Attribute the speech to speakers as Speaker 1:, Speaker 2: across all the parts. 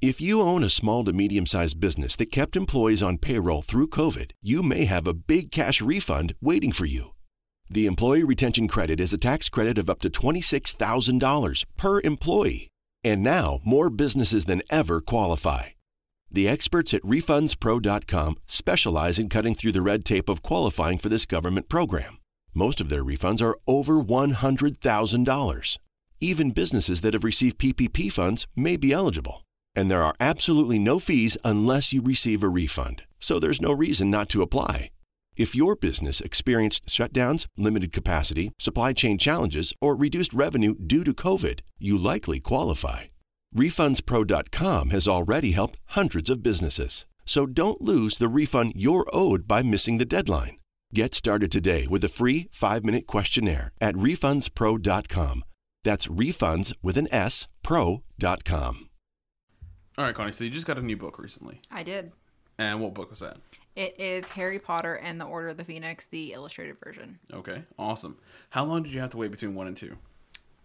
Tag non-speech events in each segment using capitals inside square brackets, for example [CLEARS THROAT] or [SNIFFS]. Speaker 1: If you own a small to medium sized business that kept employees on payroll through COVID, you may have a big cash refund waiting for you. The Employee Retention Credit is a tax credit of up to $26,000 per employee. And now more businesses than ever qualify. The experts at RefundsPro.com specialize in cutting through the red tape of qualifying for this government program. Most of their refunds are over $100,000. Even businesses that have received PPP funds may be eligible. And there are absolutely no fees unless you receive a refund, so there's no reason not to apply. If your business experienced shutdowns, limited capacity, supply chain challenges, or reduced revenue due to COVID, you likely qualify. RefundsPro.com has already helped hundreds of businesses. So don't lose the refund you're owed by missing the deadline. Get started today with a free five minute questionnaire at refundspro.com. That's refunds with an S, pro.com.
Speaker 2: All right, Connie. So you just got a new book recently,
Speaker 3: I did.
Speaker 2: and what book was that?
Speaker 3: It is Harry Potter and the Order of the Phoenix, the illustrated version.
Speaker 2: Okay, awesome. How long did you have to wait between one and two?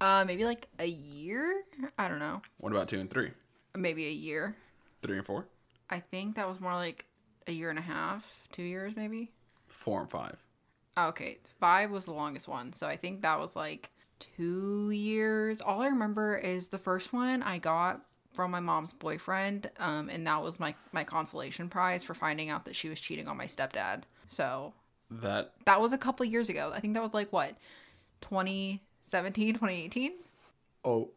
Speaker 3: Uh, maybe like a year. I don't know.
Speaker 2: What about two and three?
Speaker 3: Maybe a year.
Speaker 2: Three and four?
Speaker 3: I think that was more like a year and a half, two years maybe. Oh,
Speaker 2: Four and five?
Speaker 3: Okay, five was the longest one, so I think that was like two years. All I remember is the first one I got from my mom's boyfriend, um, and that was my my consolation prize for finding out that she was cheating on my stepdad. So
Speaker 2: That
Speaker 3: that was a couple years ago. I think that was like what 2017, 2018.
Speaker 2: oh,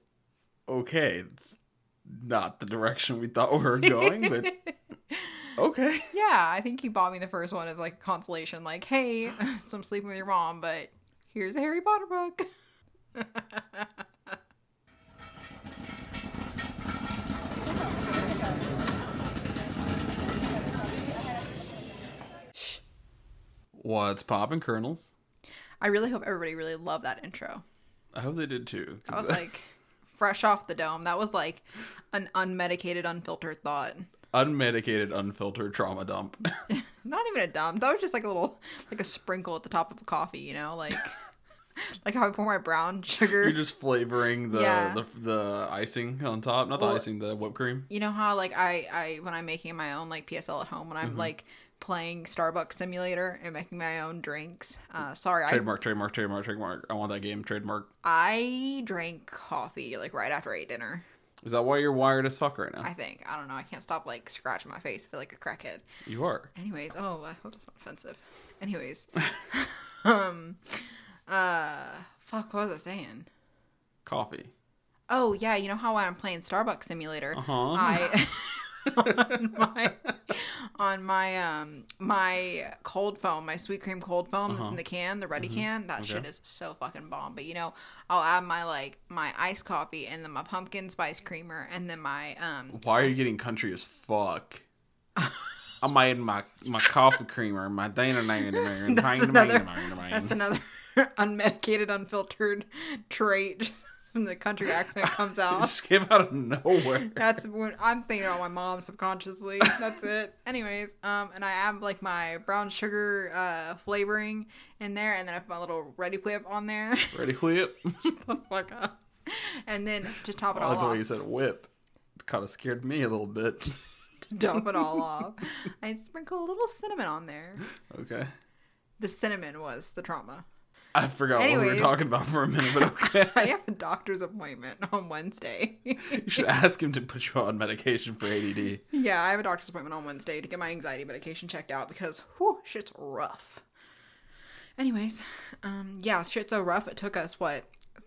Speaker 2: okay. It's not the direction we thought we
Speaker 3: [LAUGHS]
Speaker 2: were going, but okay.
Speaker 3: Yeah, I think he bought me the first one as like a consolation, like, hey, [LAUGHS] so I'm sleeping with your mom, but here's a Harry Potter book.
Speaker 2: What's poppin', Colonels?
Speaker 3: I really hope everybody really loved that intro.
Speaker 2: I hope they did too. 'cause
Speaker 3: That was like fresh off the dome. That was like an unmedicated, unfiltered thought.
Speaker 2: unmedicated, unfiltered trauma dump. [LAUGHS]
Speaker 3: Not even a dump. That was just like a little, like a sprinkle at the top of a coffee, you know, like [LAUGHS] like how I pour my brown sugar.
Speaker 2: You're just flavoring the,
Speaker 3: Yeah.
Speaker 2: the the icing on top, not the
Speaker 3: Well-
Speaker 2: icing, the whipped cream.
Speaker 3: you know how like I I when I'm making my own like PSL at home when
Speaker 2: Mm-hmm.
Speaker 3: I'm like playing Starbucks Simulator and making my own drinks. Uh, sorry, I
Speaker 2: Trademark, trademark, trademark, trademark. I want that game trademark.
Speaker 3: I drank coffee like right after I ate dinner.
Speaker 2: Is that why you're wired as fuck right now?
Speaker 3: I think I don't know. I can't stop like scratching my face. I feel like a crackhead.
Speaker 2: You are.
Speaker 3: Anyways, oh, I hope that's not offensive.
Speaker 2: [LAUGHS]
Speaker 3: Anyways, um, uh, fuck, what was I saying?
Speaker 2: Coffee.
Speaker 3: Oh yeah, you know how when I'm playing Starbucks Simulator,
Speaker 2: Uh-huh.
Speaker 3: I [LAUGHS] on my on my um my cold foam, my sweet cream cold foam that's in the can, the ready can. That shit is so fucking bomb. But you know, I'll add my like my iced coffee and then my pumpkin spice creamer and then my um
Speaker 2: Why are you getting country as
Speaker 3: [LAUGHS]
Speaker 2: fuck? I made my my coffee creamer, my dana dana dana
Speaker 3: that's
Speaker 2: dana
Speaker 3: another
Speaker 2: dana
Speaker 3: that's
Speaker 2: dana.
Speaker 3: another [LAUGHS] unmedicated, unfiltered trait [LAUGHS] just from the country accent comes
Speaker 2: It
Speaker 3: out.
Speaker 2: Just came out of
Speaker 3: [LAUGHS]
Speaker 2: nowhere.
Speaker 3: That's when I'm thinking about my mom subconsciously. That's it. Anyways, um, and I add like my brown sugar uh flavoring in there, and then I put my little ready whip on there, [LAUGHS]
Speaker 2: Ready whip. [LAUGHS]
Speaker 3: Fuck up. and then to top it
Speaker 2: I
Speaker 3: all
Speaker 2: like the way you
Speaker 3: off,
Speaker 2: said whip. Kind of scared me a little bit.
Speaker 3: dump it all off. I sprinkle a little cinnamon on there.
Speaker 2: Okay.
Speaker 3: The cinnamon was the trauma.
Speaker 2: I forgot what we were
Speaker 3: Anyways.
Speaker 2: talking about for a minute, but
Speaker 3: [LAUGHS]
Speaker 2: okay.
Speaker 3: I have a doctor's appointment on Wednesday. [LAUGHS]
Speaker 2: You should ask him to put you on medication for ADD.
Speaker 3: yeah, I have a doctor's appointment on Wednesday to get my anxiety medication checked out because whew, shit's rough. Anyways, um, yeah, shit's so rough. It took us what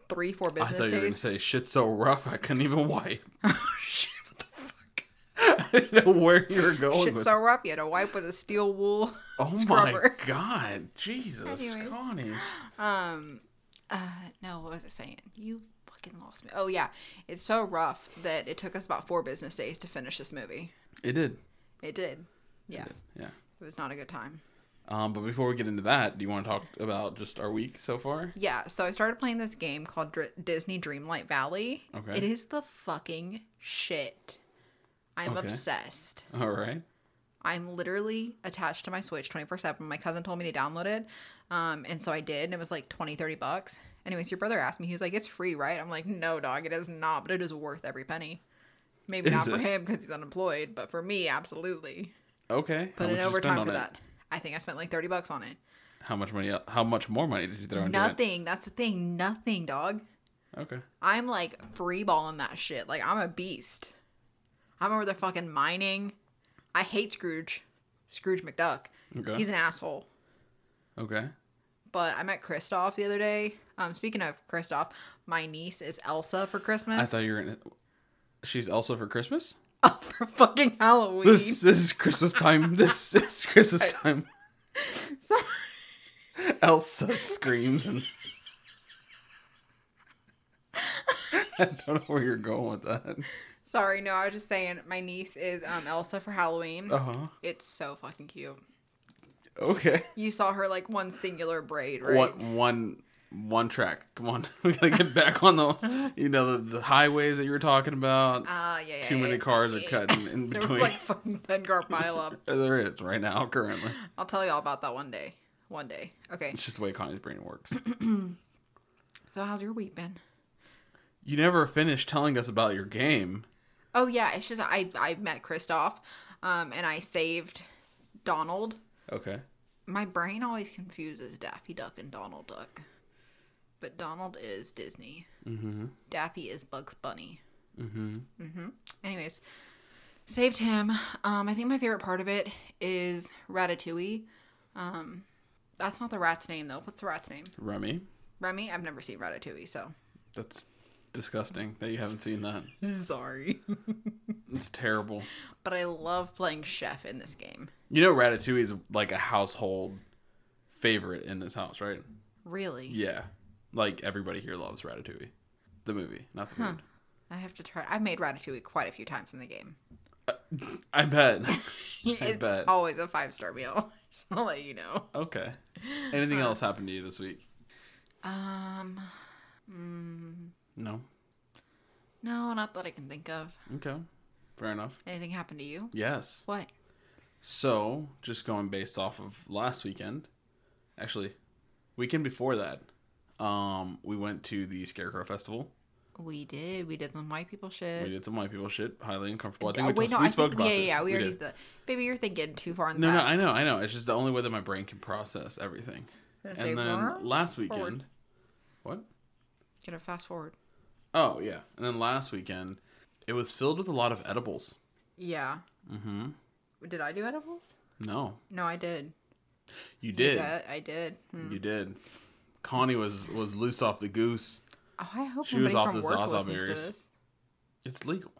Speaker 3: three, four
Speaker 2: I thought
Speaker 3: business
Speaker 2: you were gonna
Speaker 3: days.
Speaker 2: say shit's so rough I couldn't even wipe.
Speaker 3: [LAUGHS] Oh, Shit, what the fuck?
Speaker 2: [LAUGHS] I didn't know where you were going
Speaker 3: Shit's
Speaker 2: with.
Speaker 3: so rough. You had to wipe with a steel wool. [LAUGHS]
Speaker 2: oh
Speaker 3: scrubber.
Speaker 2: my god, Jesus,
Speaker 3: Anyways.
Speaker 2: Connie.
Speaker 3: Um, uh, no, what was I saying? You fucking lost me. Oh yeah, it's so rough that it took us about four business days to finish this movie.
Speaker 2: It did.
Speaker 3: It did. Yeah,
Speaker 2: Yeah.
Speaker 3: it was not a good time.
Speaker 2: Um, but before we get into that, do you want to talk about just our week so far? [LAUGHS]
Speaker 3: Yeah, so I started playing this game called Dr- Disney Dreamlight Valley.
Speaker 2: Okay.
Speaker 3: It is the fucking shit. I'm
Speaker 2: Okay.
Speaker 3: obsessed.
Speaker 2: All right.
Speaker 3: I'm literally attached to my Switch 24 7. My cousin told me to download it. Um, and so I did, and it was like 20, 30 bucks. Anyways, your brother asked me, he was like, it's free, right? I'm like, no, dog, it is not, but it is worth every penny. Maybe not
Speaker 2: Is
Speaker 3: for
Speaker 2: it?
Speaker 3: him because he's unemployed, but for me, absolutely.
Speaker 2: Okay.
Speaker 3: Put
Speaker 2: how
Speaker 3: in
Speaker 2: much did you spend
Speaker 3: overtime
Speaker 2: on
Speaker 3: for
Speaker 2: it?
Speaker 3: that. I think I spent like thirty bucks on it.
Speaker 2: How much money? How much more money did you throw into it?
Speaker 3: Nothing. That's the thing. Nothing, dog.
Speaker 2: Okay.
Speaker 3: I'm like free balling that shit. Like I'm a beast. I'm over there fucking mining. I hate Scrooge. Scrooge McDuck.
Speaker 2: Okay.
Speaker 3: He's an asshole.
Speaker 2: okay.
Speaker 3: But I met Kristoff the other day. Um, speaking of Kristoff, my niece is Elsa for Christmas.
Speaker 2: I thought you were in. She's Elsa for Christmas.
Speaker 3: [LAUGHS] oh, for fucking Halloween.
Speaker 2: This, this is Christmas
Speaker 3: [LAUGHS]
Speaker 2: time. This is Christmas time.
Speaker 3: Sorry.
Speaker 2: Elsa screams and. [LAUGHS] I don't know where you're going with that.
Speaker 3: [LAUGHS] Sorry, no, I was just saying my niece is um Elsa for Halloween.
Speaker 2: Uh huh.
Speaker 3: It's so fucking cute.
Speaker 2: Okay.
Speaker 3: You saw her like one singular braid, right?
Speaker 2: What one one track? Come on, [LAUGHS] we gotta get back on the you know the, the highways that you were talking about.
Speaker 3: Ah, yeah, yeah.
Speaker 2: Too many
Speaker 3: yeah.
Speaker 2: cars are cutting in
Speaker 3: [LAUGHS] There was
Speaker 2: between.
Speaker 3: like fucking ten car pile
Speaker 2: [LAUGHS]
Speaker 3: up.
Speaker 2: there is right now currently.
Speaker 3: I'll tell y'all about that one day. One day. Okay.
Speaker 2: It's just the way Connie's brain
Speaker 3: [LAUGHS]
Speaker 2: works.
Speaker 3: So how's your week been?
Speaker 2: You never finished telling us about your game.
Speaker 3: Oh yeah, it's just I I met Kristoff, um, and I saved Donald.
Speaker 2: Okay.
Speaker 3: My brain always confuses Daffy Duck and Donald Duck, but Donald is Disney.
Speaker 2: Mm-hmm.
Speaker 3: Daffy is Bugs Bunny.
Speaker 2: Mm-hmm.
Speaker 3: Anyways, saved him. Um, I think my favorite part of it is Ratatouille. Um, that's not the rat's name though. What's the rat's name?
Speaker 2: Remy,
Speaker 3: Remy. I've never seen Ratatouille, so
Speaker 2: that's disgusting that you haven't seen that.
Speaker 3: sorry.
Speaker 2: It's terrible.
Speaker 3: but I love playing chef in this game.
Speaker 2: You know, Ratatouille is like a household favorite in this house, right?
Speaker 3: Really?
Speaker 2: Yeah. Like everybody here loves Ratatouille, the movie, not the food.
Speaker 3: I have to try. I've made Ratatouille quite a few times in
Speaker 2: [LAUGHS]
Speaker 3: the game.
Speaker 2: I bet. [LAUGHS]
Speaker 3: it's
Speaker 2: bet.
Speaker 3: always a five star meal. [LAUGHS] Just want to let you know.
Speaker 2: okay. Anything else happened to you this week?
Speaker 3: Um, mm,
Speaker 2: No.
Speaker 3: no, not that I can think of.
Speaker 2: Okay. Fair enough.
Speaker 3: Anything happened to you?
Speaker 2: Yes.
Speaker 3: What?
Speaker 2: So, just going based off of last weekend, actually, weekend before that, um, we went to the Scarecrow Festival.
Speaker 3: We did. We did some white people
Speaker 2: We
Speaker 3: shit.
Speaker 2: did some white people shit, highly uncomfortable. I think
Speaker 3: Uh,
Speaker 2: we,
Speaker 3: wait,
Speaker 2: told-
Speaker 3: no,
Speaker 2: we
Speaker 3: I
Speaker 2: spoke
Speaker 3: think,
Speaker 2: about
Speaker 3: yeah,
Speaker 2: this.
Speaker 3: yeah, yeah,
Speaker 2: We
Speaker 3: we, already
Speaker 2: did.
Speaker 3: did. that. Baby, you're thinking too far in the
Speaker 2: No, no,
Speaker 3: past.
Speaker 2: I know, I know. It's just the only way that my brain can process everything.
Speaker 3: Let's say
Speaker 2: And then
Speaker 3: forward.
Speaker 2: last
Speaker 3: Forward.
Speaker 2: weekend, what?
Speaker 3: Gonna fast forward.
Speaker 2: Oh yeah, and then last weekend, it was filled with a lot of edibles.
Speaker 3: Yeah.
Speaker 2: Mm-hmm.
Speaker 3: Did I do edibles?
Speaker 2: No,
Speaker 3: No, I did.
Speaker 2: you
Speaker 3: You
Speaker 2: did,
Speaker 3: bet, I did. Hmm.
Speaker 2: you did. Connie was was loose off the goose.
Speaker 3: Oh, I hope
Speaker 2: She was
Speaker 3: nobody
Speaker 2: off
Speaker 3: from
Speaker 2: the
Speaker 3: work
Speaker 2: Zaza
Speaker 3: listens to
Speaker 2: berries.
Speaker 3: this.
Speaker 2: It's legal.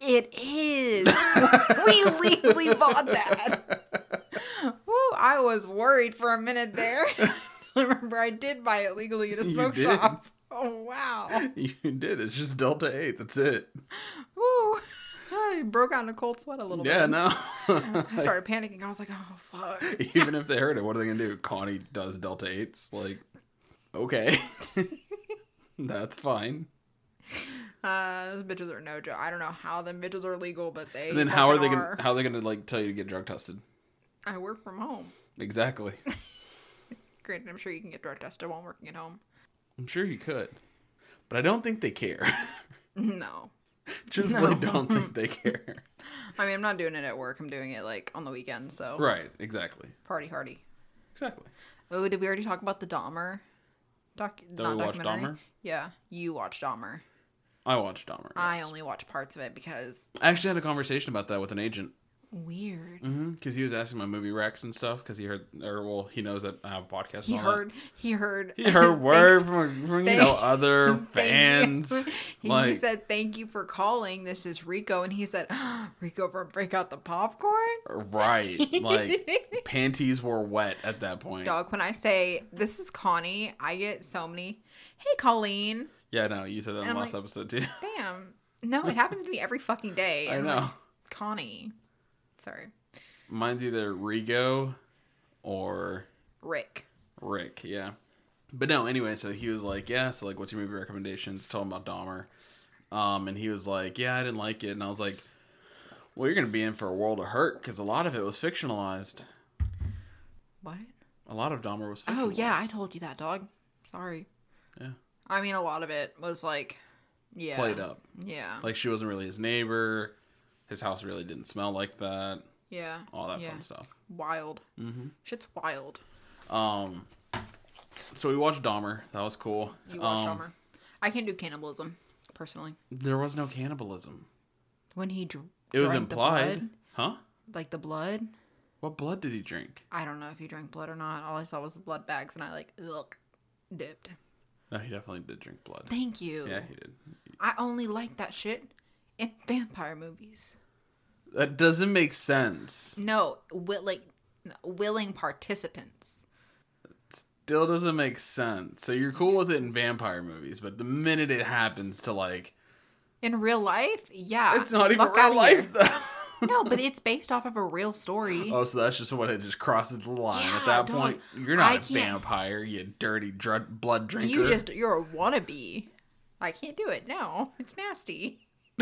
Speaker 2: [LAUGHS]
Speaker 3: It [LAUGHS] is. we legally bought that. Woo, I was worried for a minute [LAUGHS] there. I remember I did buy it legally at a
Speaker 2: You
Speaker 3: smoke
Speaker 2: did.
Speaker 3: shop. Oh, wow.
Speaker 2: You did. It's just Delta Eight. That's it.
Speaker 3: Woo. I broke out in a cold sweat a little
Speaker 2: Yeah,
Speaker 3: bit. [LAUGHS]
Speaker 2: no.
Speaker 3: I started panicking. I was like, oh, fuck.
Speaker 2: [LAUGHS] Even if they heard it, what are they gonna do? Connie does Delta Eights. Like, okay, [LAUGHS] that's fine.
Speaker 3: Uh, those bitches are no joke. I don't know how them bitches are legal, but they.
Speaker 2: And then how are they
Speaker 3: fucking
Speaker 2: gonna how are they gonna like tell you to get drug tested?
Speaker 3: I work from home.
Speaker 2: Exactly.
Speaker 3: Granted, I'm sure you can get drug tested while working at home. [LAUGHS]
Speaker 2: I'm sure you could, but I don't think they care. [LAUGHS]
Speaker 3: No.
Speaker 2: Just really don't think they care. [LAUGHS]
Speaker 3: I mean, I'm not doing it at work. I'm doing it, like, on the weekend, so.
Speaker 2: right. Exactly.
Speaker 3: Party hardy.
Speaker 2: Exactly.
Speaker 3: Oh, did we already talk about the Dahmer? Doc-
Speaker 2: we
Speaker 3: not
Speaker 2: watch
Speaker 3: documentary.
Speaker 2: Dahmer?
Speaker 3: Yeah, you watched Dahmer.
Speaker 2: I watched Dahmer.
Speaker 3: I
Speaker 2: yes.
Speaker 3: only watch parts of it because
Speaker 2: I actually had a conversation about that with an agent
Speaker 3: weird.
Speaker 2: because he was asking my movie racks and stuff because he heard or well he knows that I have a podcast.
Speaker 3: He
Speaker 2: and all that.
Speaker 3: heard. He heard.
Speaker 2: He
Speaker 3: [LAUGHS]
Speaker 2: heard word
Speaker 3: Thanks-
Speaker 2: from, from you
Speaker 3: thank-
Speaker 2: know other
Speaker 3: [LAUGHS] thank
Speaker 2: fans.
Speaker 3: you. [LAUGHS] he
Speaker 2: Like
Speaker 3: said, "Thank you for calling. This is Rico," and he said, [GASPS] "Rico from Break Out the Popcorn."
Speaker 2: right,
Speaker 3: [LAUGHS]
Speaker 2: like panties were wet at that point.
Speaker 3: Dog, when I say this is Connie, I get so many. Hey, Colleen.
Speaker 2: Yeah, no, you said that in the
Speaker 3: I'm
Speaker 2: last
Speaker 3: like-
Speaker 2: episode too. [LAUGHS]
Speaker 3: Damn. No, it happens to me every fucking day.
Speaker 2: I
Speaker 3: And I'm
Speaker 2: know.
Speaker 3: like, Connie. Sorry,
Speaker 2: Mine's either Rigo or
Speaker 3: Rick.
Speaker 2: Rick. Yeah, but no. Anyway, so he was like, "Yeah, so like, what's your movie recommendations?" Told him about Dahmer, um, and he was like, "Yeah, I didn't like it," and I was like, "Well, you're gonna be in for a world of hurt because a lot of it was fictionalized.
Speaker 3: What?
Speaker 2: A lot of Dahmer was fictionalized.
Speaker 3: Oh yeah, I told you that, dog. Sorry.
Speaker 2: Yeah.
Speaker 3: I mean, a lot of it was like Yeah.
Speaker 2: played up.
Speaker 3: Yeah.
Speaker 2: Like she wasn't really his neighbor. His house really didn't smell like that.
Speaker 3: yeah.
Speaker 2: All that
Speaker 3: yeah.
Speaker 2: fun stuff.
Speaker 3: Wild. Mm-hmm. Shit's wild.
Speaker 2: Um, so we watched Dahmer. That was cool.
Speaker 3: You watch
Speaker 2: Um,
Speaker 3: Dahmer. I can't do cannibalism personally.
Speaker 2: There was no cannibalism.
Speaker 3: When he dr-
Speaker 2: It was
Speaker 3: drank the
Speaker 2: implied.
Speaker 3: blood,
Speaker 2: Huh?
Speaker 3: like the blood.
Speaker 2: What blood did he drink?
Speaker 3: I don't know if he drank blood or not. All I saw was the blood bags, and I like ugh, dipped.
Speaker 2: No, he definitely did drink blood.
Speaker 3: Thank you.
Speaker 2: Yeah, he did.
Speaker 3: I only like that shit in vampire movies.
Speaker 2: That doesn't make sense.
Speaker 3: No, wi- like no, willing participants.
Speaker 2: Still doesn't make sense. So you're cool with it in vampire movies, but the minute it happens to like,
Speaker 3: In real life, yeah,
Speaker 2: it's not even
Speaker 3: Ah, fuck
Speaker 2: real
Speaker 3: outta
Speaker 2: life
Speaker 3: here. [LAUGHS]
Speaker 2: though.
Speaker 3: No, but it's based off of a real
Speaker 2: [LAUGHS]
Speaker 3: story.
Speaker 2: Oh, so that's just what it just crosses the line. At
Speaker 3: Yeah,
Speaker 2: that
Speaker 3: dog.
Speaker 2: point, you're not
Speaker 3: I
Speaker 2: a
Speaker 3: can't-
Speaker 2: vampire, you dirty drug, blood drinker.
Speaker 3: you just you're a wannabe. I can't do it. No, it's nasty. [LAUGHS]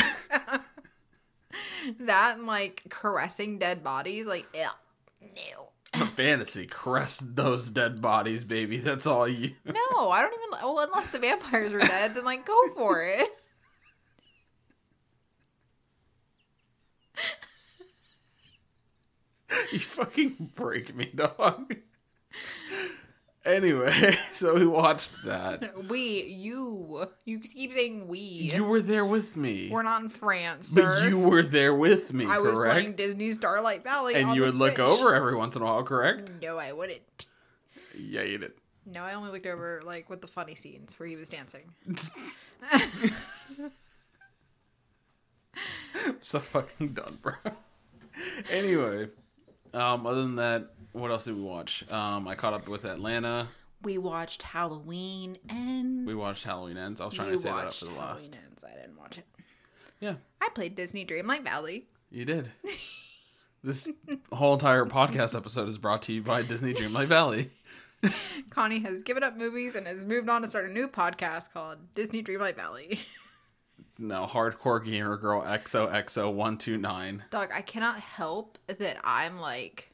Speaker 3: that and like caressing dead bodies, like ew, no.
Speaker 2: [LAUGHS] fantasy crest those dead bodies, baby. That's all you. [LAUGHS]
Speaker 3: No, I don't even. li- Well, unless the vampires are dead, then like go for it. [LAUGHS]
Speaker 2: You fucking break me, dog. Anyway, [LAUGHS] so we watched that.
Speaker 3: We, you, you keep saying we.
Speaker 2: You were there with me.
Speaker 3: We're not in France, sir.
Speaker 2: but you were there with me,
Speaker 3: I was playing
Speaker 2: correct?
Speaker 3: Disney Starlight Valley,
Speaker 2: And
Speaker 3: on
Speaker 2: you
Speaker 3: the
Speaker 2: would look
Speaker 3: Switch.
Speaker 2: over every once in a while, correct?
Speaker 3: No, I wouldn't.
Speaker 2: Yeah, you did.
Speaker 3: No, I only looked over like with the funny scenes where he was dancing.
Speaker 2: So fucking done, bro. [LAUGHS] Anyway, um, other than that, what else did we watch? Um, I caught up with Atlanta.
Speaker 3: We watched Halloween and
Speaker 2: We watched Halloween Ends. I was trying
Speaker 3: you
Speaker 2: to say that up
Speaker 3: watched
Speaker 2: for the last.
Speaker 3: Halloween Ends. I didn't watch it.
Speaker 2: Yeah,
Speaker 3: I played Disney Dreamlight Valley.
Speaker 2: you did. this whole entire podcast episode is brought to you by Disney Dreamlight Valley.
Speaker 3: Connie has given up movies and has moved on to start a new podcast called Disney Dreamlight Valley. [LAUGHS]
Speaker 2: No, hardcore gamer girl XOXO129.
Speaker 3: Dog, I cannot help that I'm like,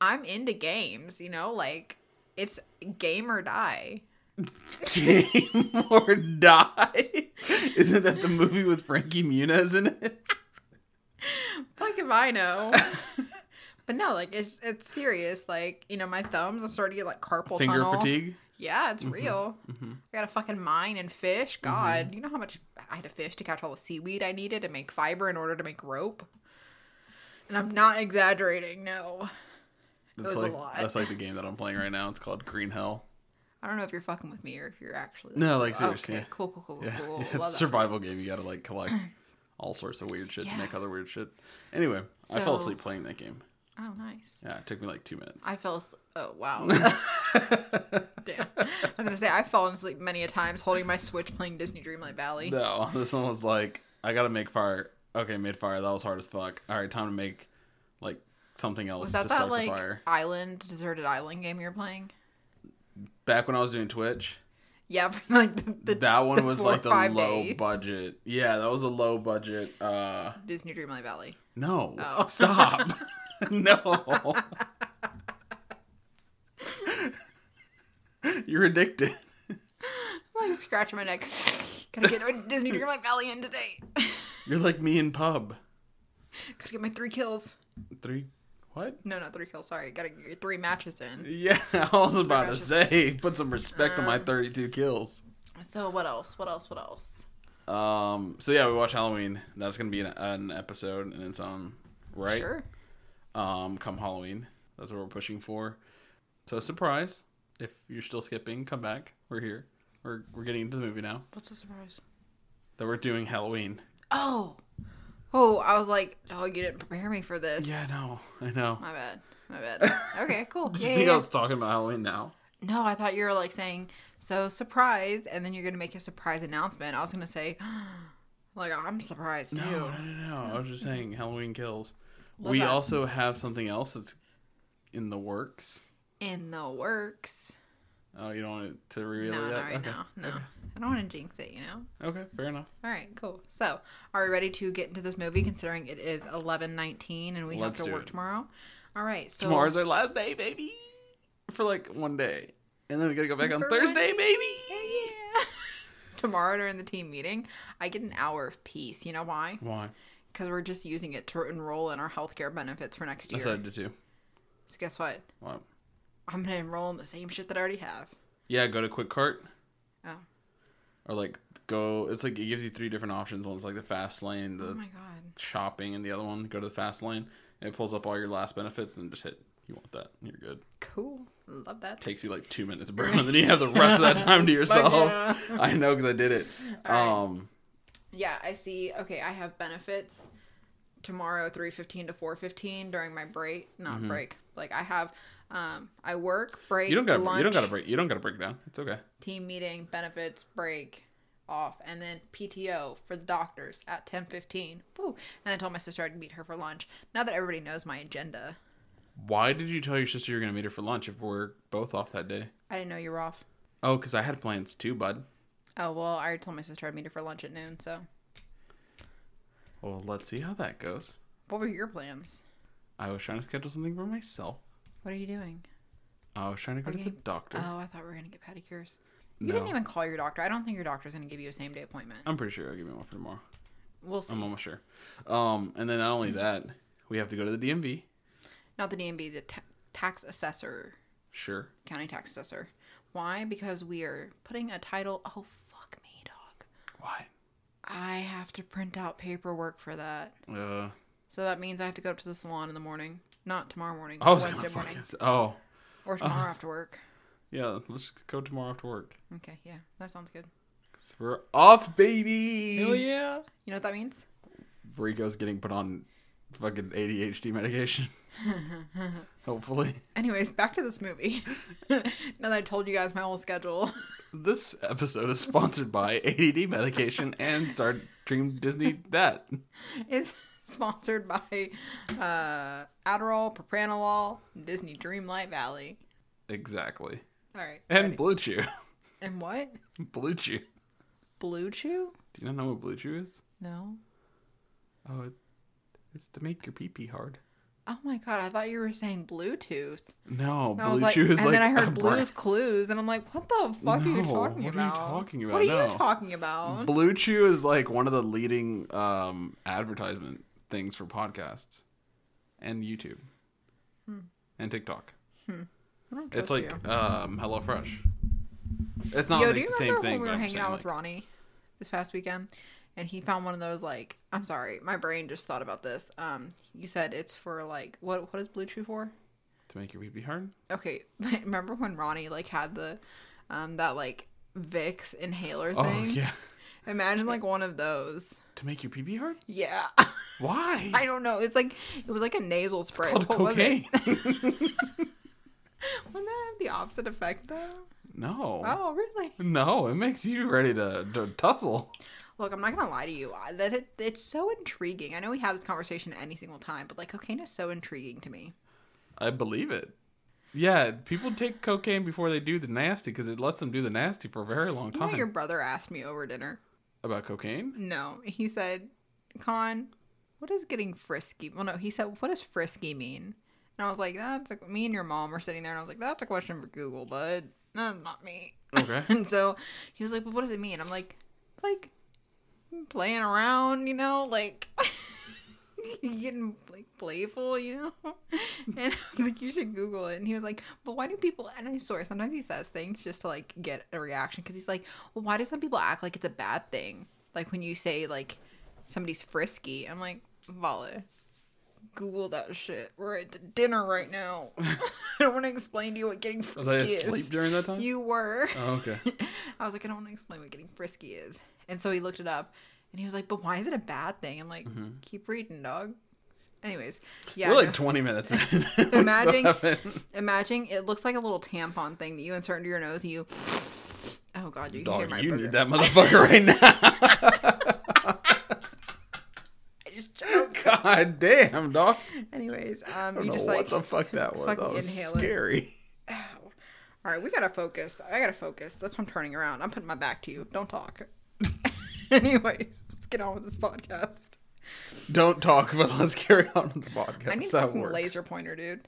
Speaker 3: I'm into games, you know? Like, it's game or die.
Speaker 2: Game or die. Isn't that the movie with Frankie Muniz in it?
Speaker 3: Fuck if
Speaker 2: [LAUGHS]
Speaker 3: I know. but no, like, it's it's serious. Like, you know, my thumbs, I'm starting to get like carpal
Speaker 2: Finger
Speaker 3: tunnel.
Speaker 2: fatigue.
Speaker 3: Yeah,
Speaker 2: Mm-hmm.
Speaker 3: it's real. I got to fucking mine and fish. God, you know how much I had to fish to catch all the seaweed I needed to make fiber in order to make rope? And I'm not exaggerating, no.
Speaker 2: That's
Speaker 3: was a
Speaker 2: like
Speaker 3: lot.
Speaker 2: that's like the game that I'm playing right now. It's called Green Hell.
Speaker 3: I don't know if you're fucking with me or if you're actually.
Speaker 2: No, like, seriously,
Speaker 3: Okay,
Speaker 2: yeah.
Speaker 3: cool, cool, cool,
Speaker 2: Yeah,
Speaker 3: cool.
Speaker 2: [LAUGHS] yeah,
Speaker 3: Love
Speaker 2: it's a
Speaker 3: that.
Speaker 2: survival game. You gotta like collect all sorts of weird shit to make
Speaker 3: Yeah.
Speaker 2: other weird shit. Anyway, I fell
Speaker 3: So-
Speaker 2: asleep playing that game.
Speaker 3: Oh, nice.
Speaker 2: Yeah, it took me like two minutes.
Speaker 3: I fell. Asleep. Oh
Speaker 2: [LAUGHS]
Speaker 3: wow. Damn. I was gonna say I've fallen asleep many a times holding my Switch playing Disney Dreamlight Valley.
Speaker 2: No, [LAUGHS] this one was like, I gotta make fire. Okay, made fire. That was hard as fuck. All right, time to make like something else
Speaker 3: was
Speaker 2: to
Speaker 3: that
Speaker 2: start
Speaker 3: that
Speaker 2: the
Speaker 3: like
Speaker 2: fire.
Speaker 3: island deserted island game you're playing?
Speaker 2: Back when I was doing Twitch,
Speaker 3: Yeah, [LAUGHS] for like the, the
Speaker 2: that one
Speaker 3: the
Speaker 2: was
Speaker 3: four or
Speaker 2: like the
Speaker 3: five
Speaker 2: low
Speaker 3: days.
Speaker 2: budget. Yeah, that was a low budget. Uh,
Speaker 3: Disney Dreamlight Valley.
Speaker 2: no,
Speaker 3: Oh. [LAUGHS]
Speaker 2: stop, [LAUGHS] no. [LAUGHS] You're addicted.
Speaker 3: I'm like scratching my neck. [LAUGHS] Gotta get a Disney Dreamlight Valley in today. [LAUGHS]
Speaker 2: You're like me in pub.
Speaker 3: Gotta get my three kills.
Speaker 2: Three, what? [LAUGHS]
Speaker 3: No, not three kills. Sorry, gotta get your three matches in.
Speaker 2: Yeah, I was about to
Speaker 3: Precious.
Speaker 2: say, put some respect on
Speaker 3: Um,
Speaker 2: my 32 kills.
Speaker 3: So what else? What else? What else?
Speaker 2: Um. So yeah, we watch Halloween. That's gonna be an, an episode in its own right.
Speaker 3: Sure.
Speaker 2: Um. Come Halloween. That's what we're pushing for. So surprise! If you're still skipping, come back. We're here. We're we're getting into the movie now.
Speaker 3: What's the surprise?
Speaker 2: That we're doing Halloween.
Speaker 3: Oh. Oh, I was like, oh, you didn't prepare me for this.
Speaker 2: Yeah. I know. I know.
Speaker 3: My bad.
Speaker 2: [LAUGHS]
Speaker 3: My bad. Okay, cool.
Speaker 2: Did
Speaker 3: Yeah,
Speaker 2: you
Speaker 3: yeah,
Speaker 2: think I
Speaker 3: yeah.
Speaker 2: was talking about Halloween now?
Speaker 3: No, I thought you were like saying, so surprise, and then you're going to make a surprise announcement. I was going to say, [GASPS] like, I'm surprised too.
Speaker 2: No, no, no, no. I was just saying Halloween kills.
Speaker 3: Love
Speaker 2: we
Speaker 3: that.
Speaker 2: also have something else that's in the works.
Speaker 3: In the works.
Speaker 2: Oh, you don't want it to reveal
Speaker 3: no,
Speaker 2: it yet?
Speaker 3: not right
Speaker 2: okay.
Speaker 3: now. No. I don't want to jinx it, you know?
Speaker 2: Okay, fair enough.
Speaker 3: All right, cool. So, are we ready to get into this movie considering it is 11:19 and we
Speaker 2: Let's
Speaker 3: have
Speaker 2: do
Speaker 3: to work
Speaker 2: it.
Speaker 3: tomorrow? All right, so
Speaker 2: Tomorrow's our last day, baby. For like one day. And then we gotta go back on
Speaker 3: For
Speaker 2: Thursday,
Speaker 3: one day.
Speaker 2: baby.
Speaker 3: [LAUGHS] Yeah. tomorrow during the team meeting, I get an hour of peace. You know why?
Speaker 2: Why?
Speaker 3: Because we're just using it to enroll in our healthcare benefits for next year.
Speaker 2: That's what I did too.
Speaker 3: So guess what?
Speaker 2: Wow.
Speaker 3: I'm gonna enroll in the same shit that I already have.
Speaker 2: Yeah, go to Quick Cart. Uh,
Speaker 3: Oh.
Speaker 2: Or like go. It's like it gives you three different options. One's like the fast lane, the
Speaker 3: oh my god.
Speaker 2: shopping, and the other one go to the fast lane. And it pulls up all your last benefits, and just hit. You want that? You're good.
Speaker 3: Cool. Love that.
Speaker 2: takes you like two minutes, bro, and then you have the rest
Speaker 3: [LAUGHS]
Speaker 2: of that time to yourself.
Speaker 3: yeah.
Speaker 2: I know because I did it.
Speaker 3: All
Speaker 2: Um,
Speaker 3: Yeah, I see. Okay, I have benefits tomorrow 3:15 to 4:15 during my break, not break. Like I have um I work, break,
Speaker 2: Mm-hmm. you don't got
Speaker 3: lunch,
Speaker 2: you don't got to break you don't got to break down. It's okay.
Speaker 3: team meeting, benefits, break, off, and then PTO for the doctors at 10:15. Woo. And I told my sister I'd meet her for lunch. Now that everybody knows my agenda,
Speaker 2: Why did you tell your sister you're gonna meet her for lunch if we're both off that day?
Speaker 3: I didn't know you were off.
Speaker 2: Oh, because I had plans too, bud.
Speaker 3: Oh, well, I already told my sister I'd meet her for lunch at noon, so
Speaker 2: Well, let's see how that goes.
Speaker 3: what were your plans?
Speaker 2: I was trying to schedule something for myself.
Speaker 3: What are you doing?
Speaker 2: I was trying to go
Speaker 3: Are
Speaker 2: to
Speaker 3: you
Speaker 2: the
Speaker 3: gonna-
Speaker 2: doctor.
Speaker 3: Oh, I thought we were going to get pedicures. You
Speaker 2: No.
Speaker 3: didn't even call your doctor. I don't think your doctor's going to give you a same day appointment.
Speaker 2: I'm pretty sure I'll give you one for tomorrow.
Speaker 3: We'll see.
Speaker 2: I'm almost sure. Um, and then not
Speaker 3: [LAUGHS]
Speaker 2: only that, we have to go to the DMV.
Speaker 3: Not the DMV, the ta- tax assessor,
Speaker 2: Sure.
Speaker 3: county tax assessor. Why? Because we are putting a title. Oh, fuck me, dog.
Speaker 2: Why?
Speaker 3: I have to print out paperwork for that.
Speaker 2: Uh,
Speaker 3: So that means I have to go up to the salon in the morning. Not tomorrow morning.
Speaker 2: I was
Speaker 3: Wednesday
Speaker 2: gonna
Speaker 3: morning.
Speaker 2: fucking. s- Oh,
Speaker 3: Or tomorrow after work.
Speaker 2: yeah. Let's go tomorrow after work.
Speaker 3: Okay, yeah. That sounds good.
Speaker 2: 'Cause we're off, baby.
Speaker 3: yeah. You know what that means?
Speaker 2: Rico's getting put on fucking ADHD
Speaker 3: [LAUGHS]
Speaker 2: medication. Hopefully.
Speaker 3: Anyways, back to this movie. [LAUGHS] now that I told you guys my whole schedule. [LAUGHS]
Speaker 2: This episode is sponsored by ADD medication and Star Dream Disney that.
Speaker 3: It's sponsored by uh, Adderall, Propranolol, Disney Dreamlight Valley.
Speaker 2: Exactly.
Speaker 3: All right.
Speaker 2: And
Speaker 3: ready.
Speaker 2: Blue Chew. [LAUGHS]
Speaker 3: and what?
Speaker 2: Blue Chew.
Speaker 3: Blue Chew?
Speaker 2: Do you not know what Blue Chew is?
Speaker 3: No.
Speaker 2: Oh, it, it's to make your pee pee hard.
Speaker 3: Oh my god! I thought you were saying Bluetooth.
Speaker 2: No,
Speaker 3: I was
Speaker 2: Blue
Speaker 3: like,
Speaker 2: Chew
Speaker 3: and
Speaker 2: is like.
Speaker 3: then I
Speaker 2: a
Speaker 3: heard Blue's
Speaker 2: brand-
Speaker 3: Clues, and I'm like, what the fuck are you
Speaker 2: No,
Speaker 3: talking
Speaker 2: what are you
Speaker 3: about?
Speaker 2: talking about?
Speaker 3: What are
Speaker 2: No.
Speaker 3: you talking about?
Speaker 2: Blue Chew is like one of the leading um, advertisement things for podcasts and YouTube and TikTok.
Speaker 3: I don't
Speaker 2: It's
Speaker 3: trust
Speaker 2: like
Speaker 3: Hmm. you.
Speaker 2: um, HelloFresh. It's not
Speaker 3: yo,
Speaker 2: like
Speaker 3: do you
Speaker 2: the
Speaker 3: remember
Speaker 2: same
Speaker 3: when
Speaker 2: thing.
Speaker 3: we
Speaker 2: but
Speaker 3: were
Speaker 2: I'm
Speaker 3: hanging
Speaker 2: saying,
Speaker 3: out
Speaker 2: like,
Speaker 3: with Ronnie this past weekend, and he found one of those like, I'm sorry, my brain just thought about this. Um, you said it's for like, what what is Blue Chew for?
Speaker 2: to make your pee pee hard.
Speaker 3: Okay, [LAUGHS] remember when Ronnie like had the um that like Vicks inhaler
Speaker 2: Oh
Speaker 3: thing?
Speaker 2: yeah,
Speaker 3: Imagine like one of those.
Speaker 2: to make your pee pee hard.
Speaker 3: Yeah.
Speaker 2: Why?
Speaker 3: [LAUGHS] I don't know. It's like it was like a nasal spray.
Speaker 2: called
Speaker 3: What was it?
Speaker 2: cocaine.
Speaker 3: [LAUGHS] Wouldn't that have the opposite effect though?
Speaker 2: no.
Speaker 3: Oh, really?
Speaker 2: No, it makes you ready to, to tussle.
Speaker 3: Look, I'm not gonna lie to you. I- That it, it's so intriguing. I know we have this conversation any single time, but like cocaine is so intriguing to me.
Speaker 2: I believe it. Yeah, people take cocaine before they do the nasty because it lets them do the nasty for a very long
Speaker 3: You know,
Speaker 2: time.
Speaker 3: your brother asked me over dinner.
Speaker 2: About
Speaker 3: [LAUGHS]
Speaker 2: cocaine?
Speaker 3: No, he said, "Con, what is getting frisky?" Well, no, he said, "What does frisky mean?" And I was like, "That's a, me and your mom were sitting there, and I was like, that's a question for Google, bud. That's not me."
Speaker 2: Okay.
Speaker 3: [LAUGHS] And so he was like, "But what does it mean?" I'm like, "Like playing around, you know, like [LAUGHS] getting like playful, you know." [LAUGHS] And I was like, "You should Google it." And he was like, "But why do people?" And I swear, sometimes he says things just to like get a reaction because he's like, "Well, why do some people act like it's a bad thing? Like when you say like somebody's frisky." I'm like, "Vale." Google that shit. We're at dinner right now. [LAUGHS] I don't want to explain to you what getting
Speaker 2: Was
Speaker 3: frisky
Speaker 2: I
Speaker 3: is.
Speaker 2: asleep during that time?
Speaker 3: You were.
Speaker 2: [LAUGHS] Oh, okay.
Speaker 3: I was like, I don't want to explain what getting frisky is. And so he looked it up and he was like, But why is it a bad thing? I'm like,
Speaker 2: Mm-hmm.
Speaker 3: Keep reading, dog. Anyways, [LAUGHS] yeah.
Speaker 2: We're
Speaker 3: no-
Speaker 2: like 20 minutes in. [LAUGHS] We still
Speaker 3: Imagine-
Speaker 2: haven't-
Speaker 3: imagine it looks like a little tampon thing that you insert into your nose and you. [SNIFFS] Oh, God, you can hear
Speaker 2: Dog,
Speaker 3: my
Speaker 2: you
Speaker 3: burger.
Speaker 2: need that motherfucker right now.
Speaker 3: [LAUGHS] I just
Speaker 2: [LAUGHS]
Speaker 3: choked.
Speaker 2: God damn, dog.
Speaker 3: Anyways, um,
Speaker 2: [LAUGHS] I don't
Speaker 3: you
Speaker 2: know
Speaker 3: just
Speaker 2: what
Speaker 3: like.
Speaker 2: the fuck that was. That
Speaker 3: fucking
Speaker 2: was
Speaker 3: inhale it.
Speaker 2: scary.
Speaker 3: All right, we gotta focus. I gotta focus. That's why I'm turning around. I'm putting my back to you. Don't talk. [LAUGHS] Anyways, let's get on with this podcast.
Speaker 2: Don't talk, but let's carry on with the podcast.
Speaker 3: I need a
Speaker 2: that
Speaker 3: fucking
Speaker 2: works.
Speaker 3: laser pointer, dude.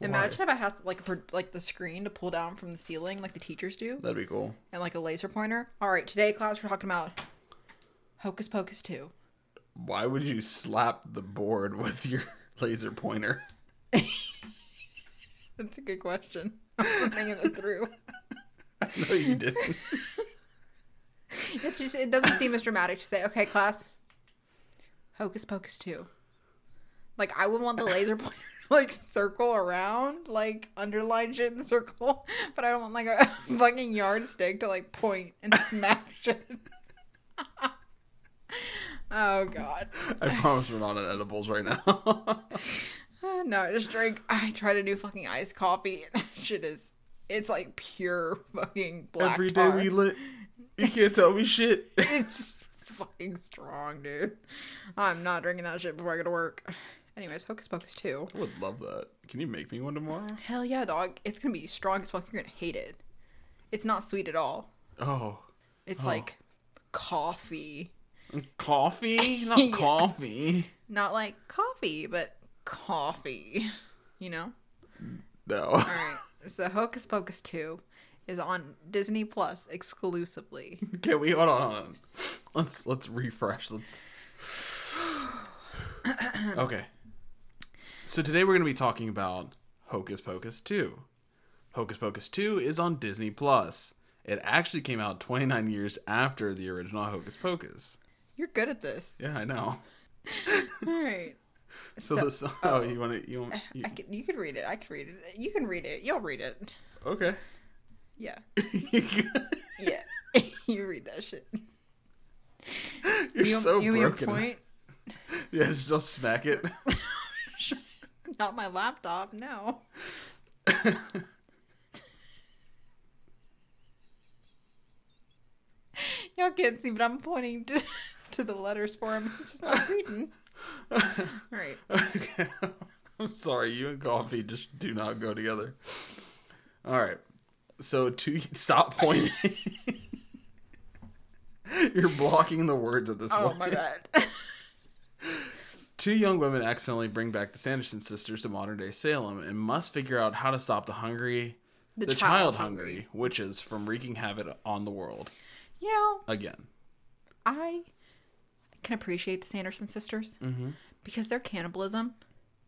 Speaker 3: Imagine if I had like a, pro- like the screen to pull down from the ceiling like the teachers do,
Speaker 2: That'd be cool.
Speaker 3: and like a laser pointer. All right, today class we're talking about Hocus Pocus two.
Speaker 2: Why would you slap the board with your [LAUGHS] laser pointer? [LAUGHS]
Speaker 3: That's a good question. [LAUGHS] I'm still thinking it through.
Speaker 2: No, you didn't.
Speaker 3: [LAUGHS] It's just it doesn't seem as dramatic to say, okay, class, Hocus Pocus two. Like I would want the [LAUGHS] laser pointer to, like circle around, like underline shit in the circle, [LAUGHS] but I don't want like a fucking yardstick to like point and smash it. [LAUGHS] oh god. [LAUGHS]
Speaker 2: I promise we're not on edibles right now.
Speaker 3: Uh, [LAUGHS] No, I just drink. I tried a new fucking iced coffee. [LAUGHS] That shit is. It's like pure fucking black
Speaker 2: Every day
Speaker 3: tar.
Speaker 2: we lit. You can't tell me
Speaker 3: [LAUGHS]
Speaker 2: shit. [LAUGHS]
Speaker 3: It's fucking strong, dude. I'm not drinking that shit before I go to work. [SIGHS] Anyways, Hocus Pocus 2.
Speaker 2: I would love that. Can you make me one tomorrow?
Speaker 3: Hell yeah, dog. It's gonna be strong as fuck. You're gonna hate it. It's not sweet at all.
Speaker 2: Oh.
Speaker 3: It's like coffee. [LAUGHS]
Speaker 2: Coffee? Not
Speaker 3: Yeah. [LAUGHS]
Speaker 2: coffee.
Speaker 3: Not like coffee, but coffee. [LAUGHS] You know?
Speaker 2: No.
Speaker 3: Alright. So Hocus Pocus 2 is on Disney Plus
Speaker 2: [LAUGHS]
Speaker 3: exclusively.
Speaker 2: Can we hold on, hold on? Let's let's refresh. Let's. okay. So today we're going to be talking about Hocus Pocus 2. Hocus Pocus 2 is on Disney Plus. It actually came out 29 years after the original Hocus Pocus.
Speaker 3: You're good at this.
Speaker 2: Yeah, I know. [LAUGHS]
Speaker 3: Alright.
Speaker 2: So,
Speaker 3: So-
Speaker 2: the song. Oh, you want to? You
Speaker 3: [LAUGHS]
Speaker 2: want? You,
Speaker 3: I could, you could read it. I could read it. You can read it. You'll read it.
Speaker 2: okay. [LAUGHS]
Speaker 3: Yeah.
Speaker 2: You're
Speaker 3: Yeah. [LAUGHS] you read that shit. you,
Speaker 2: so
Speaker 3: you have
Speaker 2: broken.
Speaker 3: Your point?
Speaker 2: Yeah, just don't smack it.
Speaker 3: Not my laptop. No. [LAUGHS] Y'all can't see, but I'm pointing to, [LAUGHS] to the letters for him. He's
Speaker 2: [LAUGHS]
Speaker 3: just not reading. All right.
Speaker 2: Okay. [LAUGHS] I'm sorry, you and coffee just do not go together. All right. So to stop pointing. [LAUGHS] You're blocking the words at this
Speaker 3: Oh
Speaker 2: point.
Speaker 3: my god.
Speaker 2: [LAUGHS] Two young women accidentally bring back the Sanderson sisters to modern day Salem and must figure out how to stop the hungry, the, child, hungry, witches from wreaking havoc on the world
Speaker 3: You know,
Speaker 2: again.
Speaker 3: I can appreciate the Sanderson sisters
Speaker 2: Mm-hmm.
Speaker 3: because their cannibalism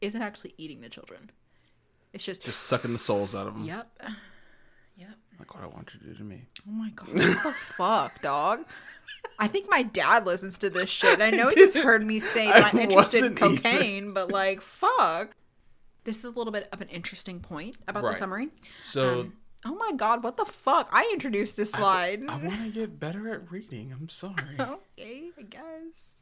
Speaker 3: isn't actually eating the children. It's just,
Speaker 2: Just sucking the souls out of them.
Speaker 3: yep, yep.
Speaker 2: Like what I want you to do to me.
Speaker 3: Oh my god, what
Speaker 2: [LAUGHS]
Speaker 3: the fuck, dog? I think my dad listens to this shit.
Speaker 2: [LAUGHS]
Speaker 3: I know he just heard me say that I'm
Speaker 2: I
Speaker 3: interested in
Speaker 2: wasn't
Speaker 3: cocaine, but like, fuck. This is a little bit of an interesting point about
Speaker 2: Right.
Speaker 3: the summary.
Speaker 2: So
Speaker 3: Um, oh my god, what the fuck? I introduced this slide.
Speaker 2: I want to get better at reading. I'm
Speaker 3: Oh,
Speaker 2: sorry.
Speaker 3: [LAUGHS] okay, I guess.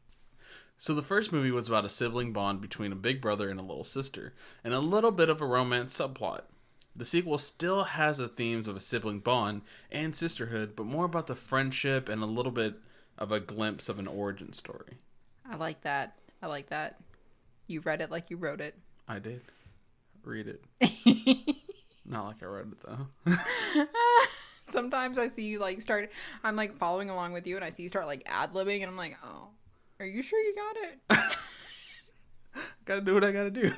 Speaker 2: So the first movie was about a sibling bond between a big brother and a little sister, and a little bit of a romance subplot. The sequel still has the themes of a sibling bond and sisterhood, but more about the friendship and a little bit of a glimpse of an origin story.
Speaker 3: I like that. I like that. You read it like you wrote it.
Speaker 2: I did read it.
Speaker 3: [LAUGHS]
Speaker 2: Not like I read it though. [LAUGHS]
Speaker 3: Sometimes I see you like start. I'm like following along with you, and I see you start like ad libbing, and I'm like, oh, are you sure you got it?
Speaker 2: gotta do what I gotta
Speaker 3: [LAUGHS]
Speaker 2: do.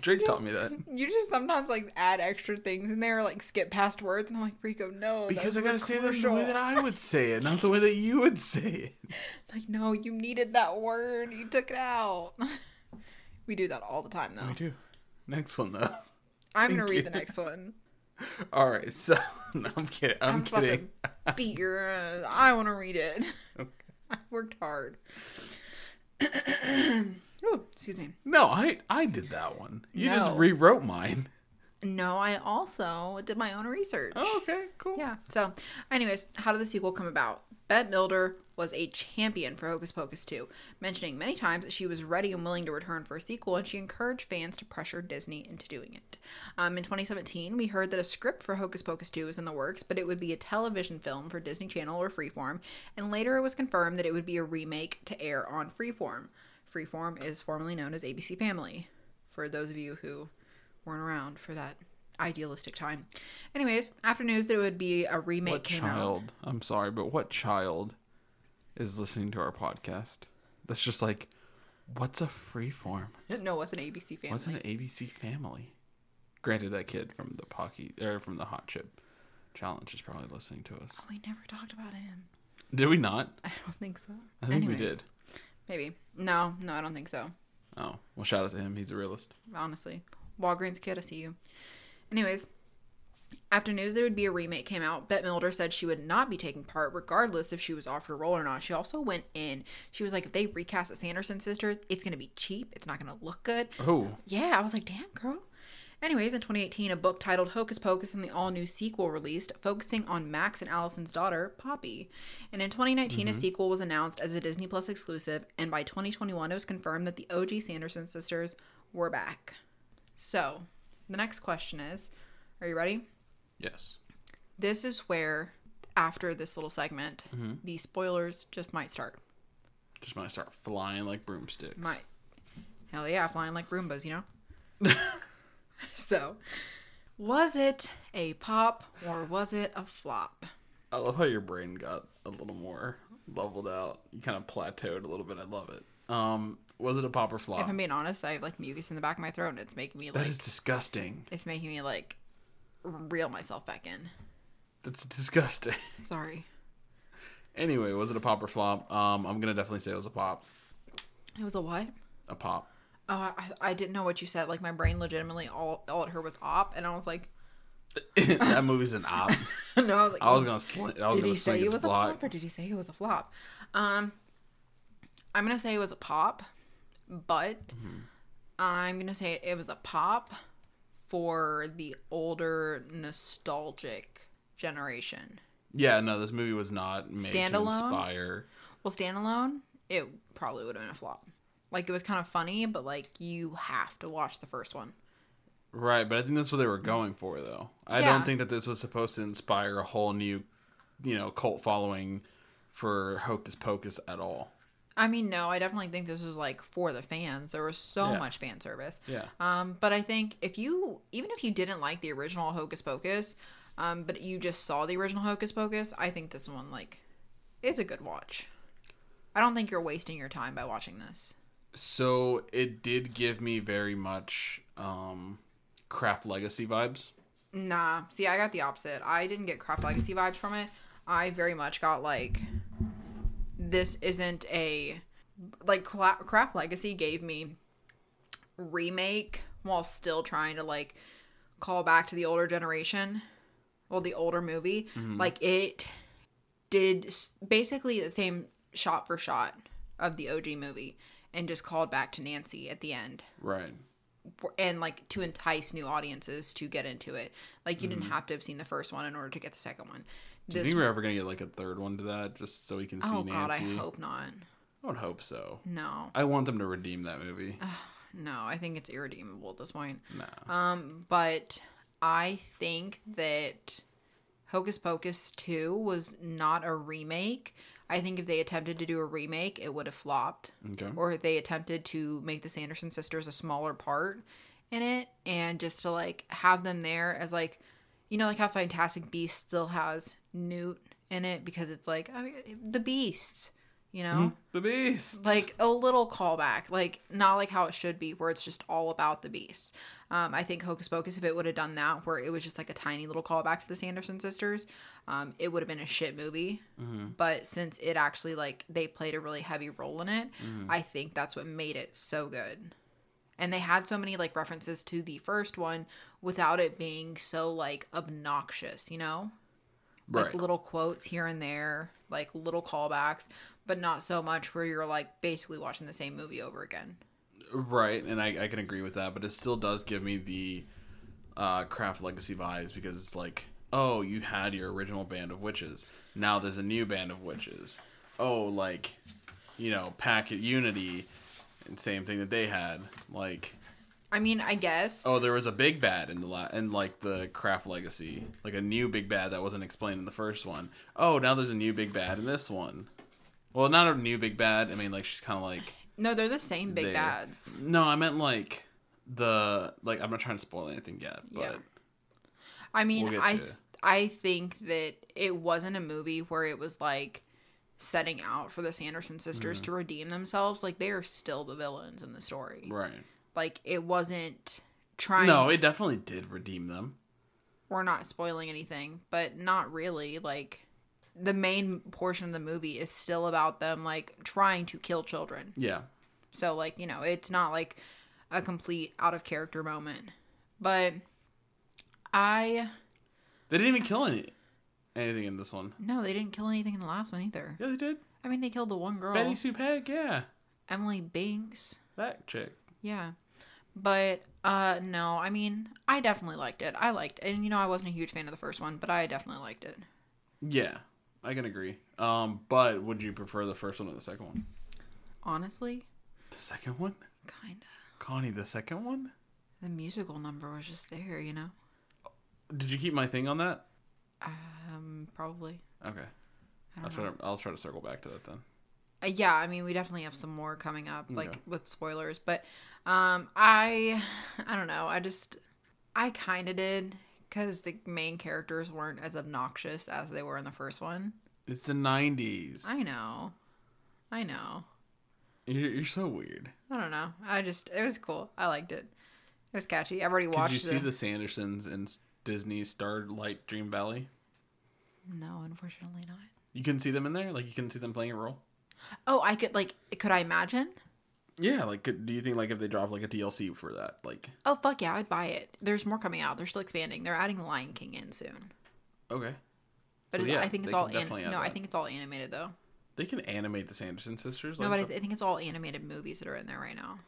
Speaker 2: Drake taught me that.
Speaker 3: You just sometimes like add extra things in there, like skip past words, and I'm like, Rico, no. that
Speaker 2: Because
Speaker 3: was
Speaker 2: I
Speaker 3: a
Speaker 2: gotta say that the way
Speaker 3: commercial."
Speaker 2: that I would say it, not the way that you would say it.
Speaker 3: Like, no, you needed that word. You took it out. [LAUGHS] we do that all the time, though.
Speaker 2: I do. Next one though. [LAUGHS]
Speaker 3: I'm gonna
Speaker 2: Thank
Speaker 3: read
Speaker 2: you.
Speaker 3: the next one.
Speaker 2: All right, so [LAUGHS] no, I'm kidding. [LAUGHS] I'm,
Speaker 3: I'm about
Speaker 2: kidding. [LAUGHS]
Speaker 3: to beat your ass. I want to read it. [LAUGHS] I worked hard. [CLEARS THROAT] oh, excuse me.
Speaker 2: No, I I did that one. You just
Speaker 3: No.
Speaker 2: rewrote mine.
Speaker 3: No, I also did my own research.
Speaker 2: Oh, okay, cool.
Speaker 3: Yeah. So, anyways, how did the sequel come about? Bette Milder was a champion for Hocus Pocus 2, mentioning many times that she was ready and willing to return for a sequel, and she encouraged fans to pressure Disney into doing it. Um, in 2017, we heard that a script for Hocus Pocus 2 is in the works, but it would be a television film for Disney Channel or Freeform, and later it was confirmed that it would be a remake to air on Freeform. Freeform is formerly known as ABC Family, for those of you who weren't around for that idealistic time. Anyways, after news that it would be a remake
Speaker 2: What
Speaker 3: came out.
Speaker 2: child? I'm sorry, but what child is listening to our podcast? That's just like, what's a free form?
Speaker 3: [LAUGHS] No, it's an ABC family.
Speaker 2: What's an ABC family? Granted, that kid from the Pocky or from the Hot Chip Challenge is probably listening to us.
Speaker 3: We never talked about him. [LAUGHS]
Speaker 2: Did we not?
Speaker 3: I don't think so.
Speaker 2: I think we
Speaker 3: Anyways,
Speaker 2: did.
Speaker 3: Maybe. No, no, I don't think so.
Speaker 2: Oh well, shout out to him. He's a realist.
Speaker 3: honestly. Walgreens kid, I see you. Anyways, after news there would be a remake came out, Bette Milder said she would not be taking part, regardless if she was offered a role or not. She also went in. She was like, if they recast the Sanderson sisters, it's going to be cheap. It's not going to look good.
Speaker 2: Oh,
Speaker 3: Yeah, I was like, damn, girl. Anyways, in 2018, a book titled Hocus Pocus and the all new sequel released, focusing on Max and Allison's daughter, Poppy. And in 2019, a sequel was announced as a Disney Plus exclusive, and by 2021, it was confirmed that the OG Sanderson sisters were back. So, the next question is Are you ready?
Speaker 2: yes.
Speaker 3: This is where, after this little segment, the spoilers just might start.
Speaker 2: Just might start flying like broomsticks.
Speaker 3: Might. Hell yeah, flying like Roombas, you know? [LAUGHS] so, was it a pop or was it a flop?
Speaker 2: I love how your brain got a little more leveled out. You kind of plateaued a little bit. I love it. Um, was it a pop or flop?
Speaker 3: If I'm being honest, I have like mucus in the back of my throat and it's making me
Speaker 2: That
Speaker 3: like,
Speaker 2: is disgusting.
Speaker 3: it's making me like reel myself back in.
Speaker 2: That's disgusting. [LAUGHS]
Speaker 3: Sorry.
Speaker 2: anyway, was it a pop or flop? Um, I'm gonna definitely say it was a pop.
Speaker 3: It was a what?
Speaker 2: A pop. [LAUGHS]
Speaker 3: Oh, I, I didn't know what you said. Like my brain legitimately all, all it heard was op, and I was like, [LAUGHS]
Speaker 2: that movie's an op.
Speaker 3: no, I was like,
Speaker 2: I was gonna sling. I was
Speaker 3: did
Speaker 2: gonna
Speaker 3: he say
Speaker 2: swing
Speaker 3: it
Speaker 2: its
Speaker 3: was a
Speaker 2: block.
Speaker 3: flop or did he say it was a flop? Um, I'm gonna say it was a pop, but
Speaker 2: Mm-hmm.
Speaker 3: I'm gonna say it was a pop for the older nostalgic generation.
Speaker 2: Yeah, no, this movie was not made to
Speaker 3: Standalone?
Speaker 2: inspire.
Speaker 3: Well, standalone, it probably would have been a flop. Like it was kind of funny, but like you have to watch the first one.
Speaker 2: Right, but I think that's what they were going for, though. I
Speaker 3: Yeah.
Speaker 2: don't think that this was supposed to inspire a whole new, you know, cult following for Hocus Pocus at all.
Speaker 3: I mean, no, I definitely think this was like for the fans. There was so
Speaker 2: Yeah.
Speaker 3: much fan service.
Speaker 2: Yeah.
Speaker 3: Um, but I think if you, even if you didn't like the original Hocus Pocus, um, but you just saw the original Hocus Pocus, I think this one like is a good watch. I don't think you're wasting your time by watching this.
Speaker 2: So it did give me very much um craft legacy vibes.
Speaker 3: Nah, see, I got the opposite. I didn't get Craft Legacy vibes from it. I very much got like this isn't a like Cla- Craft Legacy gave me remake while still trying to like call back to the older generation, well, the older movie. Like it did s- basically the same shot for shot of the OG movie and just called back to Nancy at the end
Speaker 2: Right.
Speaker 3: and like to entice new audiences to get into it. Like you didn't have to have seen the first one in order to get the second one.
Speaker 2: Do you
Speaker 3: This
Speaker 2: think we're Mm. ever gonna get like a third one to that, just so we can see
Speaker 3: oh
Speaker 2: Nancy?
Speaker 3: god, I hope not.
Speaker 2: I would hope so.
Speaker 3: No,
Speaker 2: I want them to redeem that movie.
Speaker 3: Uh, no, I think it's irredeemable at this point.
Speaker 2: nah.
Speaker 3: Um, but I think that Hocus Pocus two was not a remake. I think if they attempted to do a remake, it would have flopped.
Speaker 2: Okay.
Speaker 3: or they attempted to make the Sanderson sisters a smaller part in it and just to like have them there as like you know like how Fantastic Beast still has Newt in it because it's like I mean, the beast, you know?
Speaker 2: The Beast.
Speaker 3: Like a little callback, like not like how it should be, where it's just all about the beast. Um, I think Hocus Pocus, if it would have done that, where it was just like a tiny little callback to the Sanderson sisters, um, it would have been a shit movie. But since it actually like they played a really heavy role in it, I think that's what made it so good. And they had so many like references to the first one without it being so like obnoxious, you know?
Speaker 2: right.
Speaker 3: like little quotes here and there, like little callbacks, but not so much where you're like basically watching the same movie over again.
Speaker 2: Right, and I, I can agree with that, but it still does give me the uh, craft legacy vibes because it's like, oh, you had your original band of witches. Now there's a new band of witches. Oh, like, you know, Packet Unity, and same thing that they had. Like,
Speaker 3: I mean, I guess.
Speaker 2: oh, there was a big bad in the la- in like the craft legacy, like a new big bad that wasn't explained in the first one. Oh, now there's a new big bad in this one. Well, not a new big bad. I mean, like she's kind of like
Speaker 3: No, they're the same big
Speaker 2: there.
Speaker 3: bads.
Speaker 2: No, I meant like the like. I'm not trying to spoil anything yet, but
Speaker 3: Yeah. I mean,
Speaker 2: We'll get
Speaker 3: I
Speaker 2: to it.
Speaker 3: I think that it wasn't a movie where it was like setting out for the Sanderson
Speaker 2: Mm-hmm.
Speaker 3: sisters to redeem themselves. Like they are still the villains in the story.
Speaker 2: right,
Speaker 3: Like it wasn't trying.
Speaker 2: No, it definitely did redeem them.
Speaker 3: we're not spoiling anything, but not really. Like the main portion of the movie is still about them like trying to kill children.
Speaker 2: Yeah.
Speaker 3: So like, you know, it's not like a complete out of character moment. But I
Speaker 2: They didn't even kill any anything in this one.
Speaker 3: no, they didn't kill anything in the last one either.
Speaker 2: Yeah, they did.
Speaker 3: I mean, they killed the one girl,
Speaker 2: Betty Sue Peg, yeah.
Speaker 3: Emily Binks.
Speaker 2: That chick.
Speaker 3: Yeah. But uh no, I mean, I definitely liked it. I liked and you know, I wasn't a huge fan of the first one, but I definitely liked it.
Speaker 2: Yeah, I can agree. Um, but would you prefer the first one or the second one?
Speaker 3: Honestly,
Speaker 2: The second one?
Speaker 3: kind of.
Speaker 2: Connie, the second one?
Speaker 3: The musical number was just there, you know.
Speaker 2: Did you keep my thing on that?
Speaker 3: Um probably.
Speaker 2: Okay. I'll try to I'll try to circle back to that then.
Speaker 3: Uh, yeah i mean we definitely have some more coming up like
Speaker 2: Okay.
Speaker 3: with spoilers but um i i don't know i just i kind of did because the main characters weren't as obnoxious as they were in the first one
Speaker 2: It's the nineties.
Speaker 3: i know i know
Speaker 2: You're, you're so weird.
Speaker 3: i don't know i just it was cool i liked it it was catchy i've already
Speaker 2: Did
Speaker 3: watched
Speaker 2: you see
Speaker 3: the-
Speaker 2: the Sandersons in S- Disney's Starlight Dream Valley?
Speaker 3: no unfortunately not
Speaker 2: You couldn't see them in there? Like you couldn't see them playing a role?
Speaker 3: oh i could like could i imagine
Speaker 2: Yeah, like could, do you think like if they dropped like a DLC for that, like
Speaker 3: oh fuck yeah i'd buy it there's more coming out they're still expanding they're adding lion king in soon
Speaker 2: okay.
Speaker 3: but
Speaker 2: So,
Speaker 3: it's,
Speaker 2: yeah,
Speaker 3: i think
Speaker 2: they
Speaker 3: it's
Speaker 2: could
Speaker 3: all an-
Speaker 2: definitely add
Speaker 3: no i
Speaker 2: that.
Speaker 3: think it's all animated though
Speaker 2: They can animate the Sanderson sisters.
Speaker 3: No,
Speaker 2: Like
Speaker 3: but I,
Speaker 2: the-
Speaker 3: th- I think it's all animated movies that are in there right now.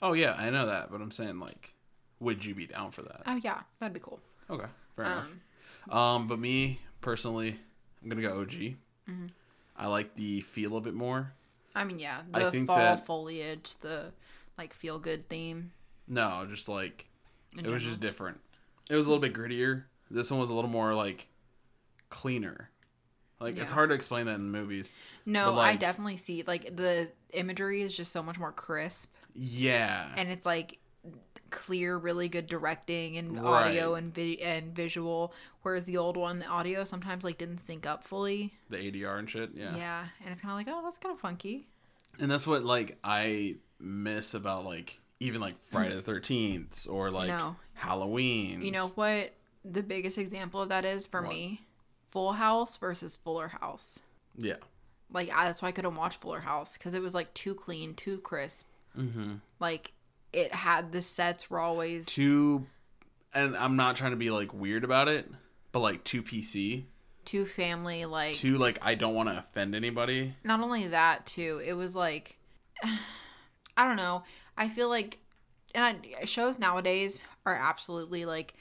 Speaker 2: oh yeah, I know that, but I'm saying like, would you be down for that?
Speaker 3: Oh yeah, that'd be cool. Um,
Speaker 2: Okay, fair enough. Um, but me personally, I'm gonna go OG. Mm-hmm. I like the feel a bit more.
Speaker 3: I mean, yeah,
Speaker 2: I
Speaker 3: the
Speaker 2: think
Speaker 3: fall
Speaker 2: that-
Speaker 3: foliage, the like feel good theme.
Speaker 2: No, just like
Speaker 3: in
Speaker 2: it was
Speaker 3: general.
Speaker 2: just different. It was a little bit grittier. This one was a little more like cleaner. Like it's
Speaker 3: Yeah.
Speaker 2: hard to explain that in movies.
Speaker 3: no.
Speaker 2: but,
Speaker 3: I
Speaker 2: like-
Speaker 3: definitely see like the imagery is just so much more crisp,
Speaker 2: Yeah,
Speaker 3: and it's like clear, really good directing and
Speaker 2: Right.
Speaker 3: audio and vi- and visual. Whereas the old one, the audio sometimes like didn't sync up fully.
Speaker 2: the ADR and shit.
Speaker 3: Yeah, and it's kind of like, oh, that's kind of funky.
Speaker 2: and that's what like I miss about like even like Friday the Thirteenth or like
Speaker 3: No.
Speaker 2: Halloween.
Speaker 3: You know what? The biggest example of that is for
Speaker 2: What?
Speaker 3: me, Full House versus Fuller House.
Speaker 2: yeah,
Speaker 3: like I, that's why I couldn't watch Fuller House because it was like too clean, too crisp.
Speaker 2: mm-hmm.
Speaker 3: Like it had the sets were always
Speaker 2: too, and I'm not trying to be like weird about it, but like too PC,
Speaker 3: too family. Like
Speaker 2: too like I don't want to offend anybody.
Speaker 3: not only that too, it was like [SIGHS] I don't know. I feel like and I, shows nowadays are absolutely like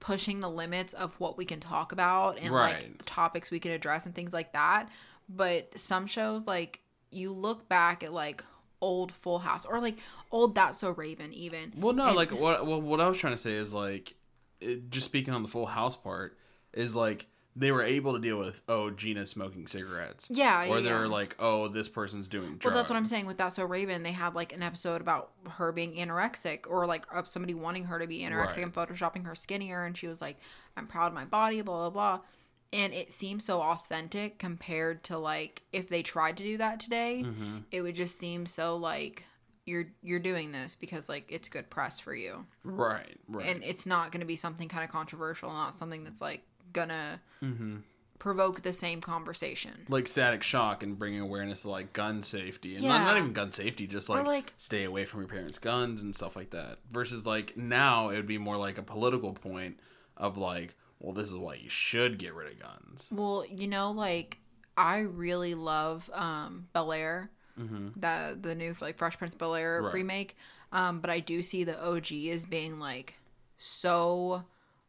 Speaker 3: pushing the limits of what we can talk about and like
Speaker 2: Right.
Speaker 3: topics we can address and things like that. But some shows like you look back at like old Full House or like old That's So Raven even
Speaker 2: Well, no,
Speaker 3: And-
Speaker 2: like what well, what I was trying to say is like, it, just speaking on the Full House part is like they were able to deal with oh Gina's smoking cigarettes.
Speaker 3: Yeah,
Speaker 2: Or
Speaker 3: yeah,
Speaker 2: they're
Speaker 3: yeah.
Speaker 2: like oh this person's doing drugs.
Speaker 3: Well, that's what I'm saying with That's So Raven. They had like an episode about her being anorexic or like of somebody wanting her to be anorexic
Speaker 2: Right.
Speaker 3: and photoshopping her skinnier. And she was like, I'm proud of my body, blah, blah, blah. And it seems so authentic compared to like if they tried to do that
Speaker 2: Hmm.
Speaker 3: today,
Speaker 2: Mm-hmm.
Speaker 3: it would just seem so like you're you're doing this because like it's good press for you
Speaker 2: Right, right.
Speaker 3: and it's not going to be something kind of controversial not something that's like gonna
Speaker 2: mm-hmm.
Speaker 3: provoke the same conversation
Speaker 2: Like static shock and bringing awareness to like gun safety and not,
Speaker 3: Yeah.
Speaker 2: not even gun safety, just
Speaker 3: Or,
Speaker 2: like,
Speaker 3: like-
Speaker 2: stay away from your parents' guns and stuff like that. Versus like now it would be more like a political point of like, well, this is why you should get rid of guns.
Speaker 3: Well, you know, like I really love um Bel Air,
Speaker 2: Mm-hmm.
Speaker 3: the the new like Fresh Prince Bel Air
Speaker 2: Right.
Speaker 3: remake. Um, but I do see the OG as being like so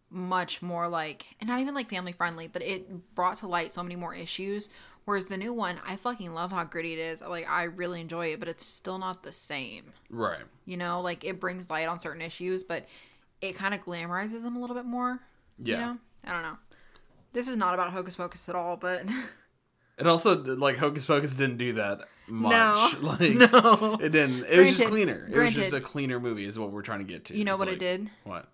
Speaker 3: much more like and not even like family friendly, but it brought to light so many more issues. Whereas the new one, I fucking love how gritty it is. Like I really enjoy it, but it's still not the same.
Speaker 2: Right.
Speaker 3: You know, like it brings light on certain issues, but it kind of glamorizes them a little bit more.
Speaker 2: Yeah.
Speaker 3: You know? I don't know. This is not about Hocus Pocus at all, but [LAUGHS]
Speaker 2: It also like Hocus Pocus didn't do that much.
Speaker 3: [LAUGHS] No.
Speaker 2: Like
Speaker 3: No.
Speaker 2: it didn't. It was
Speaker 3: Granted-
Speaker 2: just cleaner. It was just
Speaker 3: granted.
Speaker 2: a cleaner movie is what we're trying to get to.
Speaker 3: you know
Speaker 2: It's
Speaker 3: what
Speaker 2: like-
Speaker 3: it did?
Speaker 2: What?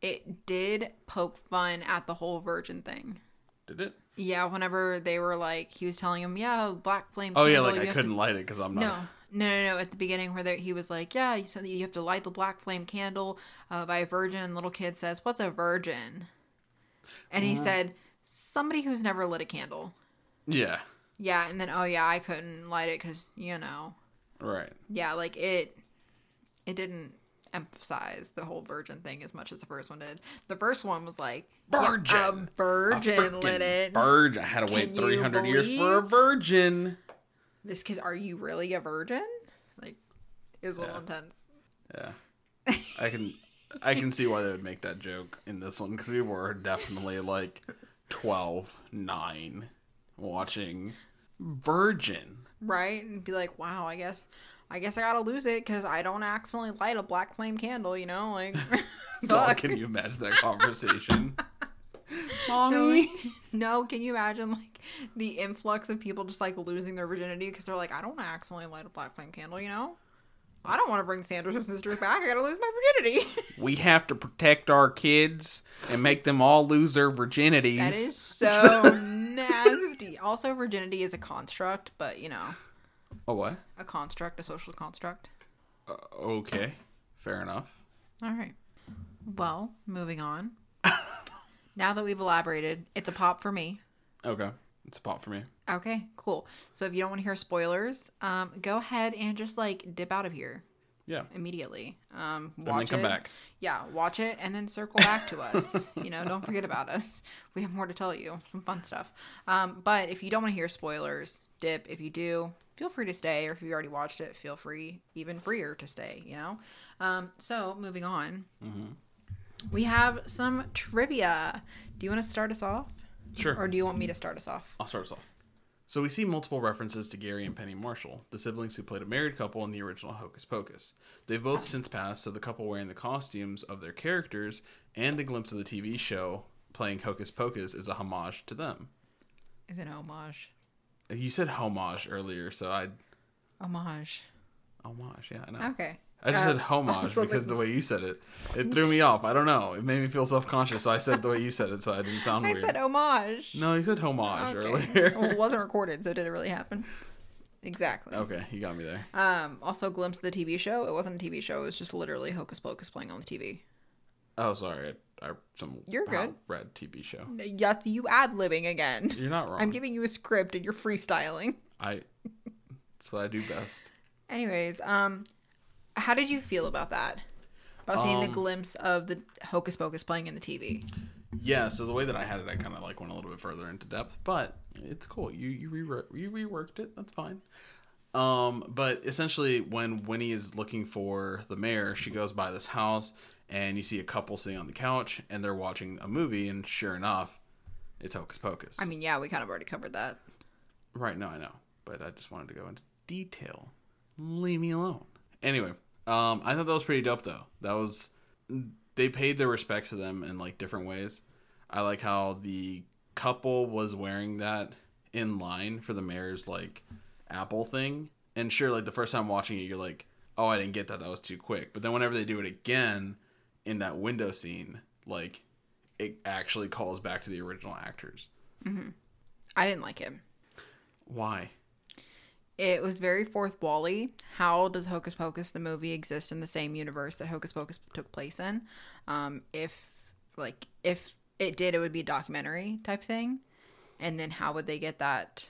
Speaker 3: It did poke fun at the whole virgin thing.
Speaker 2: Did it?
Speaker 3: Yeah, whenever they were like, he was telling him, yeah, black flame.
Speaker 2: Oh yeah,
Speaker 3: candle,
Speaker 2: like
Speaker 3: you
Speaker 2: I
Speaker 3: have
Speaker 2: couldn't
Speaker 3: To...
Speaker 2: light it because I'm not
Speaker 3: No, No, no, no. At the beginning, where they- he was like, "Yeah, you said that you have to light the black flame candle uh, by a virgin," and the little kid says, "What's a virgin?" And
Speaker 2: Uh.
Speaker 3: he said, "Somebody who's never lit a candle."
Speaker 2: Yeah.
Speaker 3: Yeah, and then oh yeah, I couldn't light it because you know,
Speaker 2: Right.
Speaker 3: yeah, like it, it didn't emphasize the whole virgin thing as much as the first one did. The first one was like, yeah,
Speaker 2: Virgin.
Speaker 3: a virgin
Speaker 2: Frickin'
Speaker 3: lit it.
Speaker 2: Virgin. I had to wait
Speaker 3: Can you
Speaker 2: 300 years for a
Speaker 3: believe?
Speaker 2: virgin.
Speaker 3: this kid, are you really a virgin? Like, it was a little
Speaker 2: Yeah.
Speaker 3: intense.
Speaker 2: Yeah. I can I can see why they would make that joke in this one because we were definitely like 12, 9 watching Virgin.
Speaker 3: right and be like wow i guess i guess i gotta lose it because i don't accidentally light a black flame candle you know like [LAUGHS]
Speaker 2: God,
Speaker 3: fuck
Speaker 2: can you imagine that conversation?
Speaker 3: Like,
Speaker 2: [LAUGHS] Mommy.
Speaker 3: no can you imagine like the influx of people just like losing their virginity because they're like i don't accidentally light a black flame candle you know i don't want to bring sanders and sisters back i gotta lose my virginity [LAUGHS]
Speaker 2: We have to protect our kids and make them all lose their virginities.
Speaker 3: that [LAUGHS] is so nasty also virginity is a construct but you know
Speaker 2: Oh what?
Speaker 3: a construct a social construct
Speaker 2: Uh, okay. Fair enough.
Speaker 3: All right. Well, moving on. [LAUGHS] now that we've elaborated, it's a pop for me.
Speaker 2: Okay. It's a pop for me.
Speaker 3: Okay, cool. So if you don't want to hear spoilers, um, go ahead and just like dip out of here
Speaker 2: Yeah.
Speaker 3: immediately. Um, watch
Speaker 2: then come
Speaker 3: it.
Speaker 2: back.
Speaker 3: Yeah, watch it and then circle back
Speaker 2: [LAUGHS]
Speaker 3: to us. you know, don't forget about us. We have more to tell you, some fun stuff. Um, but if you don't want to hear spoilers, dip. If you do, feel free to stay. Or if you already watched it, feel free, even freer to stay. You know. Um, so moving on,
Speaker 2: Mm-hmm.
Speaker 3: we have some trivia. Do you want to start us off,
Speaker 2: Sure.
Speaker 3: or do you want me to start us off?
Speaker 2: I'll start us off. So we see multiple references to Gary and Penny Marshall, the siblings who played a married couple in the original Hocus Pocus. They've both since passed, so the couple wearing the costumes of their characters and the glimpse of the TV show playing Hocus Pocus is a homage to them.
Speaker 3: Is it homage?
Speaker 2: You said homage earlier, so I
Speaker 3: Homage.
Speaker 2: homage. Yeah, I know.
Speaker 3: Okay.
Speaker 2: I just
Speaker 3: Uh, [LAUGHS]
Speaker 2: said homage
Speaker 3: also,
Speaker 2: because
Speaker 3: like-
Speaker 2: the way you said it, it
Speaker 3: [LAUGHS]
Speaker 2: threw me off. I don't know. It made me feel self conscious. So I said the way you said it, so I didn't sound
Speaker 3: I
Speaker 2: weird.
Speaker 3: said homage.
Speaker 2: no, you said homage
Speaker 3: Okay.
Speaker 2: earlier. [LAUGHS]
Speaker 3: well, it wasn't recorded, so did it really happen? Exactly.
Speaker 2: okay, you got me there.
Speaker 3: Um, also, glimpse of the TV show. It wasn't a TV show. It was just literally Hocus Pocus playing on the TV.
Speaker 2: Oh, sorry. I, I some
Speaker 3: You're good.
Speaker 2: Red TV show.
Speaker 3: Yes, you ad libbing again.
Speaker 2: You're not wrong.
Speaker 3: I'm giving you a script and you're freestyling.
Speaker 2: I. That's what I do best.
Speaker 3: Anyways, um, how did you feel about that? About seeing the
Speaker 2: Um,
Speaker 3: glimpse of the Hocus Pocus playing in the TV.
Speaker 2: Yeah. So the way that I had it, I kind of like went a little bit further into depth, but it's cool. You you rewrote you reworked it. That's fine. Um, but essentially, when Winnie is looking for the mayor, she goes by this house, and you see a couple sitting on the couch, and they're watching a movie, and sure enough, it's Hocus Pocus.
Speaker 3: I mean, yeah, we kind of already covered that.
Speaker 2: Right, no, I know. But I just wanted to go into detail. Leave me alone. Anyway, um, I thought that was pretty dope though. That was they paid their respects to them in like different ways. I like how the couple was wearing that in line for the mayor's like apple thing. And sure, like the first time watching it, you're like, Oh, I didn't get that, that was too quick. But then whenever they do it again in that window scene, like it actually calls back to the original actors.
Speaker 3: I didn't like it.
Speaker 2: Why?
Speaker 3: It was very fourth wally. How does Hocus Pocus the movie exist in the same universe that Hocus Pocus took place in? Um, if like if it did, it would be a documentary type thing. And then how would they get that?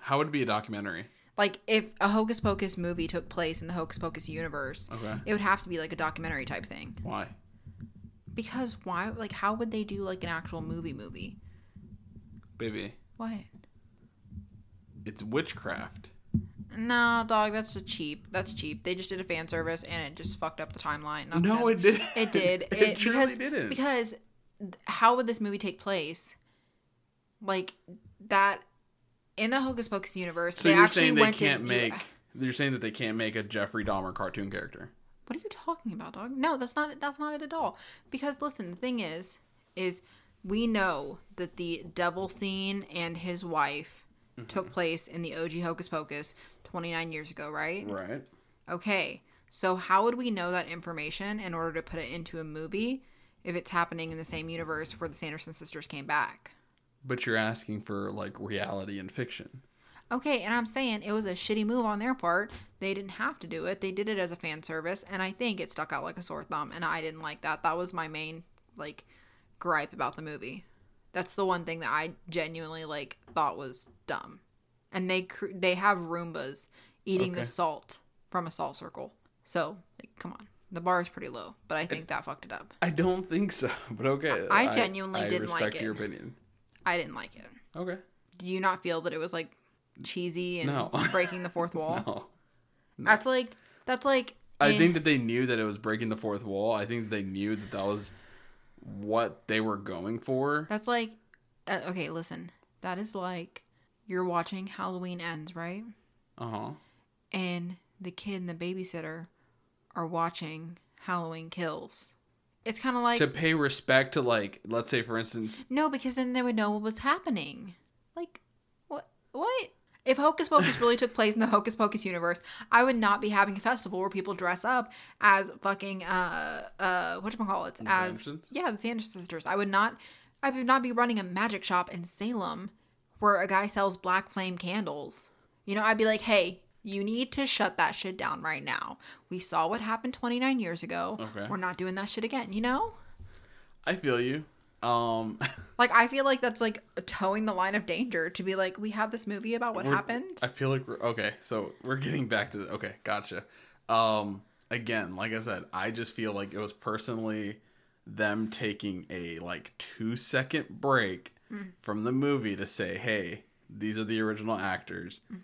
Speaker 2: How would it be a documentary?
Speaker 3: Like if a Hocus Pocus movie took place in the Hocus Pocus universe,
Speaker 2: Okay.
Speaker 3: it would have to be like a documentary type thing.
Speaker 2: Why?
Speaker 3: Because why? Like how would they do like an actual movie movie?
Speaker 2: Baby,
Speaker 3: What?
Speaker 2: it's witchcraft.
Speaker 3: No, dog. That's a cheap. That's cheap. They just did a fan service and it just fucked up the timeline. Not
Speaker 2: No,
Speaker 3: to-
Speaker 2: it didn't. [LAUGHS]
Speaker 3: It did. It,
Speaker 2: truly
Speaker 3: because,
Speaker 2: didn't.
Speaker 3: Because th- how would this movie take place? Like that in the Hocus Pocus universe.
Speaker 2: so
Speaker 3: they
Speaker 2: you're
Speaker 3: actually
Speaker 2: saying they
Speaker 3: went to-
Speaker 2: can't
Speaker 3: you- uh,
Speaker 2: make. You're saying that they can't make a Jeffrey Dahmer cartoon character.
Speaker 3: [SIGHS] what are you talking about, dog? No, that's not. That's not it at all. Because listen, the thing is, is we know that the devil scene and his wife
Speaker 2: Mm-hmm.
Speaker 3: took place in the OG Hocus Pocus 29 years ago, right?
Speaker 2: Right.
Speaker 3: Okay, so how would we know that information in order to put it into a movie if it's happening in the same universe where the Sanderson sisters came back?
Speaker 2: But you're asking for like reality and fiction.
Speaker 3: Okay, and I'm saying it was a shitty move on their part. They didn't have to do it. They did it as a fan service, and I think it stuck out like a sore thumb, and I didn't like that. That was my main like gripe about the movie. That's the one thing that I genuinely like thought was dumb. And they cr- they have Roombas eating the
Speaker 2: Okay.
Speaker 3: salt from a salt circle. So, like come on. The bar is pretty low, but I think that fucked it up.
Speaker 2: I don't think so, [LAUGHS] but okay.
Speaker 3: I genuinely didn't like
Speaker 2: respect your
Speaker 3: it.
Speaker 2: opinion.
Speaker 3: I didn't like it.
Speaker 2: Okay.
Speaker 3: Do you not feel that it was like cheesy and
Speaker 2: No. [LAUGHS]
Speaker 3: breaking the fourth wall?
Speaker 2: No.
Speaker 3: That's like that's like
Speaker 2: I
Speaker 3: in-
Speaker 2: think that they knew that it was breaking the fourth wall. I think that they knew that that was what they were going for.
Speaker 3: That's like, uh, okay, listen. That is like you're watching Halloween Ends, right?
Speaker 2: Uh huh.
Speaker 3: And the kid and the babysitter are watching Halloween Kills. It's kind of like
Speaker 2: To pay respect to, like, let's say, for instance,
Speaker 3: no, because then they would know what was happening. Like, what? What? If Hocus Pocus really took place in the Hocus Pocus universe, I would not be having a festival where people dress up as fucking uh uh what call it as
Speaker 2: Andersons?
Speaker 3: yeah the Sanderson sisters. I would not. I would not be running a magic shop in Salem where a guy sells black flame candles. You know, I'd be like, hey. You need to shut that shit down right now. We saw what happened 29 years ago.
Speaker 2: Okay.
Speaker 3: We're not doing that shit again, you know?
Speaker 2: I feel you. Um, [LAUGHS]
Speaker 3: Like I feel like that's like towing the line of danger to be like we have this movie about what
Speaker 2: we're-
Speaker 3: happened.
Speaker 2: I feel like we're okay. So we're getting back to okay, gotcha. Um, again, like I said, I just feel like it was personally them taking a like two second break
Speaker 3: Hmm.
Speaker 2: from the movie to say, hey, these are the original actors.
Speaker 3: Hmm.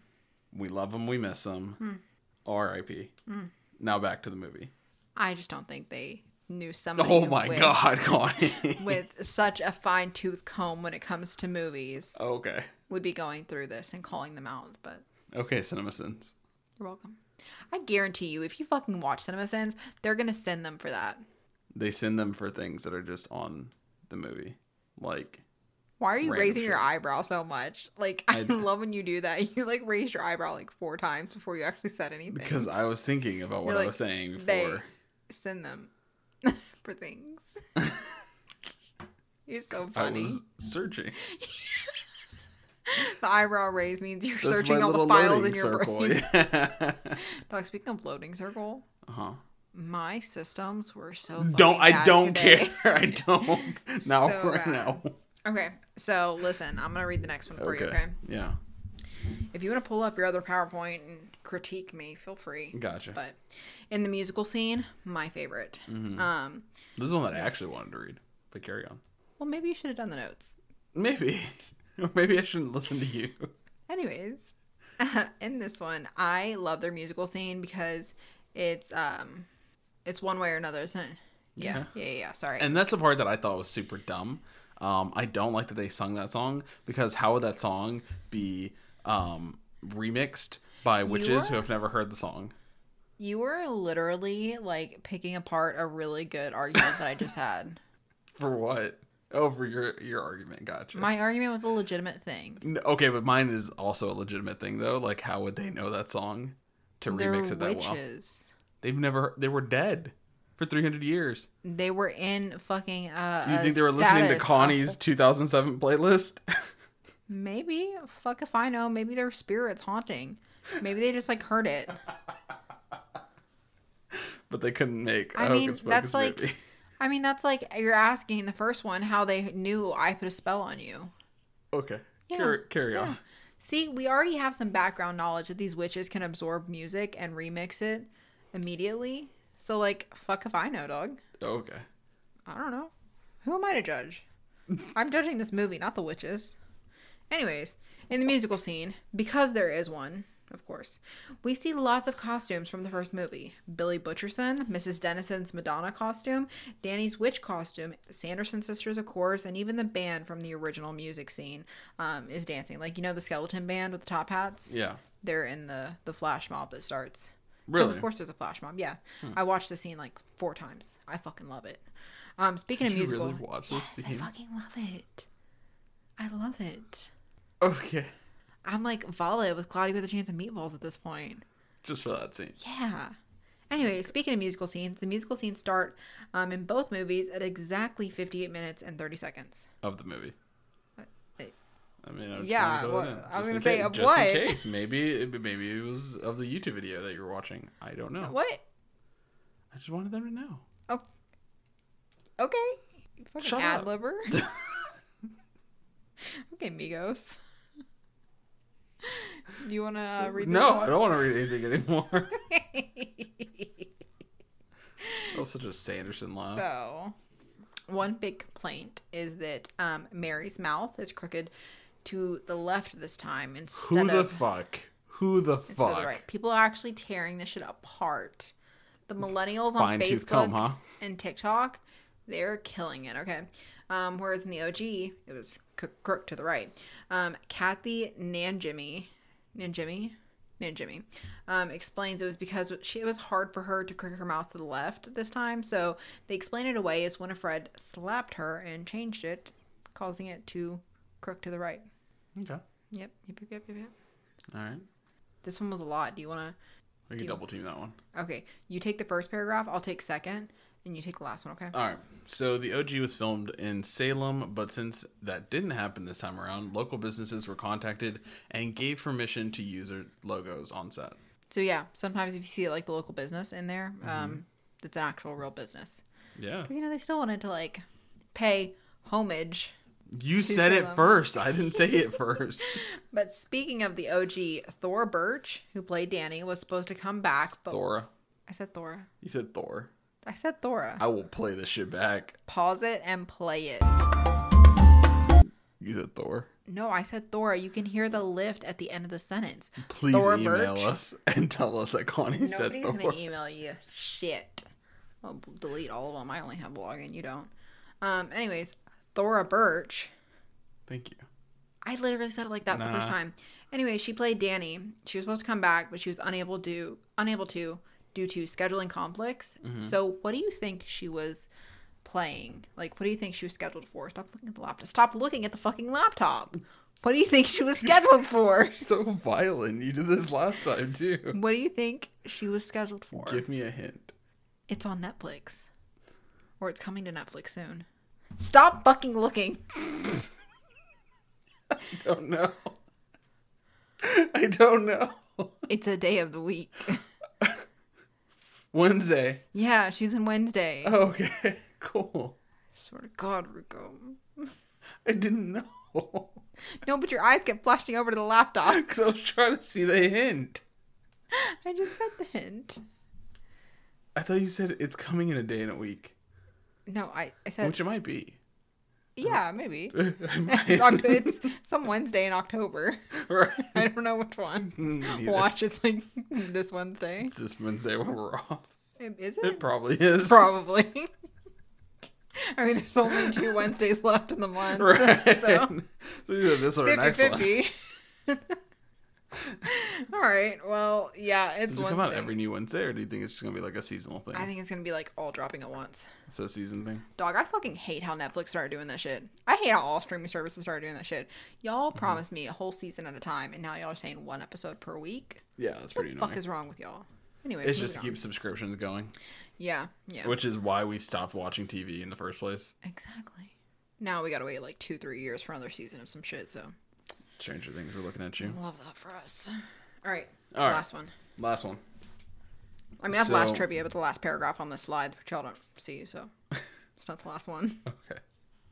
Speaker 2: We love them. We miss them. R.I.P.
Speaker 3: Hmm.
Speaker 2: Now back to the movie.
Speaker 3: I, just don't think they knew somebody.
Speaker 2: Oh my
Speaker 3: with,
Speaker 2: God, [LAUGHS] Connie.
Speaker 3: With such a fine tooth comb when it comes to movies,
Speaker 2: okay,
Speaker 3: would be going through this and calling them out. But
Speaker 2: okay, CinemaSins.
Speaker 3: you're welcome. I guarantee you, if you fucking watch CinemaSins, they're gonna send them for that.
Speaker 2: They send them for things that are just on the movie, like
Speaker 3: Why are you
Speaker 2: Random
Speaker 3: raising your
Speaker 2: shit.
Speaker 3: eyebrow so much? Like [LAUGHS] I,
Speaker 2: I-
Speaker 3: love when you do that. [LAUGHS] You like raised your eyebrow like four times before you actually said anything.
Speaker 2: Because I was thinking about what
Speaker 3: You're
Speaker 2: I
Speaker 3: like,
Speaker 2: was saying before.
Speaker 3: they- send them [LAUGHS] for
Speaker 2: [LAUGHS]
Speaker 3: things. You're so
Speaker 2: I
Speaker 3: funny.
Speaker 2: was [LAUGHS] searching.
Speaker 3: The eyebrow raise means you're
Speaker 2: That's
Speaker 3: searching
Speaker 2: my
Speaker 3: all the
Speaker 2: little
Speaker 3: files
Speaker 2: loading
Speaker 3: in your
Speaker 2: circle. [LAUGHS]
Speaker 3: brain.
Speaker 2: Yeah.
Speaker 3: Dog, speaking of loading circle,
Speaker 2: Uh-huh.
Speaker 3: my systems were so.
Speaker 2: [LAUGHS] Don't
Speaker 3: fucking
Speaker 2: I
Speaker 3: bad
Speaker 2: don't
Speaker 3: today.
Speaker 2: care. [LAUGHS] I don't. [LAUGHS] Now
Speaker 3: So
Speaker 2: we're
Speaker 3: bad.
Speaker 2: now.
Speaker 3: [LAUGHS] Okay, so listen, I'm gonna read the next one for you. Okay,
Speaker 2: Yeah.
Speaker 3: if you want to pull up your other PowerPoint and critique me, feel free.
Speaker 2: Gotcha.
Speaker 3: But in the musical scene, my favorite.
Speaker 2: Mm-hmm.
Speaker 3: Um,
Speaker 2: This is one that I actually wanted to read. But carry on.
Speaker 3: well, maybe you should have done the notes.
Speaker 2: Maybe. [LAUGHS] Maybe I shouldn't listen to you.
Speaker 3: Anyways, [LAUGHS] in this one, I love their musical scene because it's um, it's one way or another, isn't it? Yeah, yeah, yeah. yeah, sorry.
Speaker 2: And that's the part that I thought was super dumb. Um, I don't like that they sung that song because how would that song be um, remixed by witches who
Speaker 3: are-
Speaker 2: have never heard the song?
Speaker 3: you were literally like picking apart a really good argument that I
Speaker 2: [LAUGHS]
Speaker 3: just had.
Speaker 2: For what? Oh, for your your argument. Gotcha.
Speaker 3: My argument was a legitimate thing.
Speaker 2: N- Okay, but mine is also a legitimate thing though. Like, how would they know that song to
Speaker 3: They're
Speaker 2: remix it that well?
Speaker 3: witches.
Speaker 2: They've never. They were dead for three hundred years.
Speaker 3: They were in fucking. Uh,
Speaker 2: You
Speaker 3: a
Speaker 2: think they were listening to
Speaker 3: status Uh,
Speaker 2: Connie's
Speaker 3: of-
Speaker 2: 2007 playlist? [LAUGHS]
Speaker 3: Maybe fuck if I know. Maybe their spirits haunting. Maybe they just like
Speaker 2: [LAUGHS]
Speaker 3: heard it.
Speaker 2: but they couldn't make. I
Speaker 3: I mean,
Speaker 2: Hocus
Speaker 3: that's
Speaker 2: Pocus
Speaker 3: like-
Speaker 2: movie. [LAUGHS]
Speaker 3: I mean, that's like you're asking the first one how they knew I put a spell on you.
Speaker 2: okay.
Speaker 3: Yeah,
Speaker 2: carry carry
Speaker 3: yeah.
Speaker 2: on.
Speaker 3: See, we already have some background knowledge that these witches can absorb music and remix it immediately. So, like, fuck if I know, dog.
Speaker 2: Oh, Okay.
Speaker 3: I don't know. Who am I to judge? I'm judging this movie, not the witches. Anyways, in the musical scene, because there is one, of course, we see lots of costumes from the first movie Billy Butcherson, Mrs. Dennison's Madonna costume, Danny's witch costume, Sanderson sisters, of course, and even the band from the original music scene um, is dancing. Like, you know, the skeleton band with the top hats?
Speaker 2: Yeah.
Speaker 3: They're in the, the flash mob that starts. Because
Speaker 2: Really. Hmm.
Speaker 3: of course there's a flash mob. Yeah, I watched the scene like four times. I fucking love it. Um, speaking of
Speaker 2: you
Speaker 3: musical,
Speaker 2: really watch this
Speaker 3: yes, I
Speaker 2: scene?
Speaker 3: fucking love it. I love it.
Speaker 2: Okay.
Speaker 3: I'm like Vala with Claudia with a chance of meatballs at this point.
Speaker 2: Just for that scene.
Speaker 3: Yeah. Anyway, speaking of musical scenes, the musical scenes start um, in both movies at exactly 58 minutes and 30 seconds.
Speaker 2: of the movie. I mean, I
Speaker 3: Uh, Yeah,
Speaker 2: yeah,
Speaker 3: what- I was
Speaker 2: was
Speaker 3: gonna say,
Speaker 2: just in
Speaker 3: what?
Speaker 2: case. Maybe it, maybe it was of the YouTube video that you were watching. I don't know.
Speaker 3: What?
Speaker 2: I just wanted them to know.
Speaker 3: Oh. Okay. You fucking
Speaker 2: Shut
Speaker 3: ad
Speaker 2: up. [LAUGHS]
Speaker 3: libber. [LAUGHS] okay, Migos. Do you want to uh, read?
Speaker 2: no, I don't want to read anything
Speaker 3: [LAUGHS]
Speaker 2: anymore. that was such a Sanderson line.
Speaker 3: So, one big complaint is that um, Mary's mouth is crooked to the left this time instead
Speaker 2: Who the
Speaker 3: of
Speaker 2: fuck? Who the
Speaker 3: instead of
Speaker 2: fuck?
Speaker 3: the right. People are actually tearing this shit apart. The millennials on
Speaker 2: Fine tooth
Speaker 3: Facebook
Speaker 2: comb, huh?
Speaker 3: and TikTok, they're killing it. Okay. Um, whereas in the OG, it was cro- crook to the right. Um, Kathy Nanjimmy, Nanjimmy, Nanjimmy, um, explains it was because she, it was hard for her to crook her mouth to the left this time. So they explain it away as Winifred slapped her and changed it, causing it to crook to the right.
Speaker 2: Okay.
Speaker 3: Yep. Yep. Yep. Yep. yep.
Speaker 2: All right.
Speaker 3: This one was a lot. Do you want to?
Speaker 2: We can double team that one.
Speaker 3: Okay, you take the first paragraph, I'll take second, and you take the last one, okay?
Speaker 2: All right. So the OG was filmed in Salem, but since that didn't happen this time around, local businesses were contacted and gave permission to use their logos on set.
Speaker 3: So yeah, sometimes if you see like the local business in there, um, that's an actual real business.
Speaker 2: Yeah.
Speaker 3: Because you know they still wanted to like pay homage.
Speaker 2: You said
Speaker 3: Salem.
Speaker 2: it first. I didn't say
Speaker 3: [LAUGHS]
Speaker 2: it first.
Speaker 3: But speaking of the OG, Thor Birch, who played Danny, was supposed to come back, but
Speaker 2: Thora.
Speaker 3: I said Thora.
Speaker 2: You said Thor.
Speaker 3: I said Thora.
Speaker 2: I will play this shit back.
Speaker 3: Pause it and play it.
Speaker 2: You said Thor.
Speaker 3: No, I said Thora. You can hear the lift at the end of the sentence.
Speaker 2: Please
Speaker 3: Thora
Speaker 2: email
Speaker 3: Birch?
Speaker 2: us and tell us that Connie
Speaker 3: Nobody's
Speaker 2: said Thor.
Speaker 3: gonna e- email you shit. I'll delete all of them. I only have login. You don't. Um. Anyways, Thora Birch.
Speaker 2: Thank you.
Speaker 3: I literally said it like that the first
Speaker 2: Nah.
Speaker 3: time. Anyway, she played Danny. She was supposed to come back, but she was unable to unable to due to scheduling conflicts.
Speaker 2: Mm-hmm.
Speaker 3: So, what do you think she was playing? Like, what do you think she was scheduled for? Stop looking at the laptop. Stop looking at the fucking laptop. What do you think
Speaker 2: [LAUGHS]
Speaker 3: she was scheduled for?
Speaker 2: So violent. You did this last time too.
Speaker 3: What do you think she was scheduled for?
Speaker 2: Give me a hint.
Speaker 3: It's on Netflix. Or it's coming to Netflix soon. Stop fucking looking.
Speaker 2: don't know. [LAUGHS] I don't know. [LAUGHS]
Speaker 3: It's a day of the week. [LAUGHS]
Speaker 2: Wednesday.
Speaker 3: yeah, she's in Wednesday.
Speaker 2: Oh, Okay, [LAUGHS] cool.
Speaker 3: Swear to God, Rico.
Speaker 2: I didn't know. [LAUGHS]
Speaker 3: No, but your eyes kept flashing over to the laptop.
Speaker 2: Because I was trying to see the hint.
Speaker 3: [LAUGHS] I just said the hint.
Speaker 2: I thought you said it's coming in a day and a week,
Speaker 3: No, I, I said,
Speaker 2: which it might be. [LAUGHS]
Speaker 3: yeah, [LAUGHS] maybe.
Speaker 2: I might.
Speaker 3: It's, Oct- it's some Wednesday in October.
Speaker 2: [LAUGHS]
Speaker 3: [LAUGHS]
Speaker 2: right.
Speaker 3: I don't know which [LAUGHS] one.
Speaker 2: Neither.
Speaker 3: Watch, it's like [LAUGHS] this Wednesday.
Speaker 2: It's this Wednesday when we're off.
Speaker 3: Is
Speaker 2: It
Speaker 3: it?
Speaker 2: probably is.
Speaker 3: [LAUGHS] Probably. [LAUGHS] I mean, there's only [LAUGHS] two Wednesdays left in the
Speaker 2: [LAUGHS]
Speaker 3: month. [LAUGHS]
Speaker 2: Right.
Speaker 3: So.
Speaker 2: So, either this or
Speaker 3: 50
Speaker 2: next one.
Speaker 3: 50. [LAUGHS]
Speaker 2: [LAUGHS]
Speaker 3: All right. Well, yeah, it's
Speaker 2: Does it
Speaker 3: one
Speaker 2: come out
Speaker 3: thing.
Speaker 2: every new Wednesday, or do you think it's just gonna be like a seasonal thing?
Speaker 3: I think it's going to be like all dropping at once.
Speaker 2: it's a season thing.
Speaker 3: Dog, I fucking hate how Netflix started doing that shit. I hate how all streaming services started doing that shit. Y'all
Speaker 2: Mm-hmm.
Speaker 3: promised me a whole season at a time, and now y'all are saying one episode per week.
Speaker 2: Yeah, that's pretty
Speaker 3: Fuck
Speaker 2: annoying.
Speaker 3: is wrong with y'all? Anyway,
Speaker 2: It's just to keep subscriptions going,
Speaker 3: Yeah, yeah.
Speaker 2: which is why we stopped watching TV in the first place.
Speaker 3: Exactly. Now we got to wait like two, three years for another season of some shit, so
Speaker 2: Stranger Things, we're looking at you.
Speaker 3: love that for us. All right.
Speaker 2: All right.
Speaker 3: last one.
Speaker 2: Last one.
Speaker 3: I mean, that's the last
Speaker 2: So-
Speaker 3: trivia, but the last paragraph on this slide, which y'all don't
Speaker 2: [LAUGHS]
Speaker 3: see, so it's not the last one.
Speaker 2: Okay.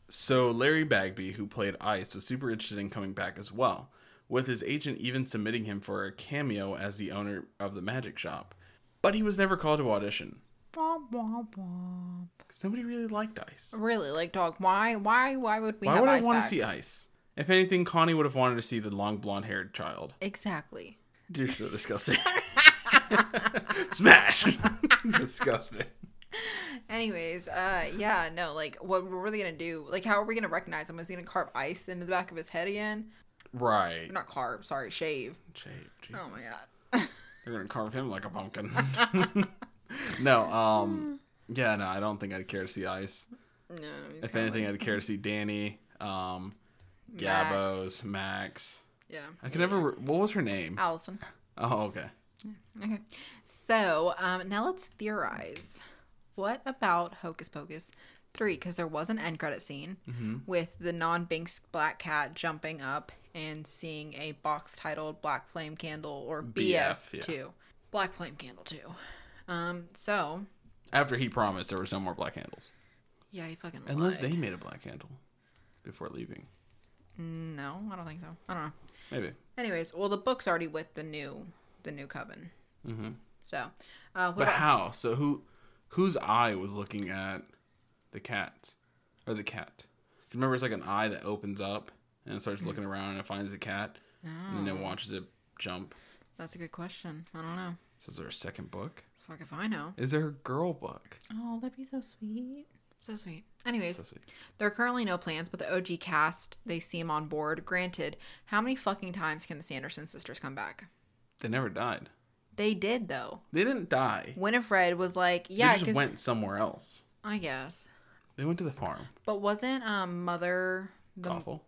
Speaker 2: So Larry Bagby, who played Ice, was super interested in coming back as well, with his agent even submitting him for a cameo as the owner of the magic shop. But he was never called to audition
Speaker 3: Womp, womp, womp.
Speaker 2: because nobody really liked Ice.
Speaker 3: Really, like, dog, why, why, why would we
Speaker 2: Why
Speaker 3: have
Speaker 2: would I
Speaker 3: eyes
Speaker 2: want to
Speaker 3: back?
Speaker 2: see Ice? If anything, Connie would have wanted to see the long blonde haired child.
Speaker 3: Exactly.
Speaker 2: You're so
Speaker 3: [LAUGHS]
Speaker 2: disgusting. Smash! [LAUGHS] disgusting.
Speaker 3: Anyways, uh, yeah, no, like, what were they gonna do? Like, how are we gonna recognize him? Was he gonna carve ice into the back of his head again?
Speaker 2: Right.
Speaker 3: Not carve, sorry, shave.
Speaker 2: Jade,
Speaker 3: Oh my
Speaker 2: Jesus.
Speaker 3: god.
Speaker 2: They're gonna carve him like a pumpkin.
Speaker 3: [LAUGHS]
Speaker 2: [LAUGHS] no, um,
Speaker 3: Hmm.
Speaker 2: yeah, no, I don't think I'd care to see Ice.
Speaker 3: No, no, he's
Speaker 2: If
Speaker 3: kinda
Speaker 2: anything,
Speaker 3: like-
Speaker 2: I'd care
Speaker 3: [LAUGHS]
Speaker 2: to see Danny, um,
Speaker 3: Max.
Speaker 2: Gabos, Max.
Speaker 3: yeah.
Speaker 2: I can never. Re- what was her name?
Speaker 3: Allison.
Speaker 2: Oh, okay.
Speaker 3: Okay. So, um, now let's theorize. What about Hocus Pocus three because there was an end credit scene
Speaker 2: Mm-hmm.
Speaker 3: with the non Binks black cat jumping up and seeing a box titled Black Flame Candle or BF2.
Speaker 2: BF, yeah.
Speaker 3: Black Flame Candle 2. Um, so,
Speaker 2: After he promised there was no more black candles,
Speaker 3: yeah, he fucking lied.
Speaker 2: unless they made a black candle before leaving.
Speaker 3: No, I don't think so. I don't know.
Speaker 2: Maybe.
Speaker 3: Anyways, well, the book's already with the new the new coven. Mm-hmm. So, uh, what
Speaker 2: But
Speaker 3: about,
Speaker 2: how? So who whose eye was looking at the cat or the cat? Remember, it's like an eye that opens up and it starts
Speaker 3: Hmm.
Speaker 2: looking around and it finds the cat and
Speaker 3: Oh.
Speaker 2: then it watches it jump.
Speaker 3: that's a good question. I don't know.
Speaker 2: So is there a second book?
Speaker 3: Fuck if I know.
Speaker 2: Is there a girl book?
Speaker 3: Oh, that'd be so sweet. So sweet. Anyways,
Speaker 2: So sweet.
Speaker 3: there are currently no plans, but the OG cast, they seem on board. Granted, how many fucking times can the Sanderson sisters come back?
Speaker 2: They never died.
Speaker 3: They did, though.
Speaker 2: They didn't die.
Speaker 3: Winifred was like,
Speaker 2: they
Speaker 3: yeah,
Speaker 2: just
Speaker 3: 'cause-
Speaker 2: went somewhere else.
Speaker 3: I guess.
Speaker 2: They went to the farm.
Speaker 3: But wasn't um mother the
Speaker 2: Awful.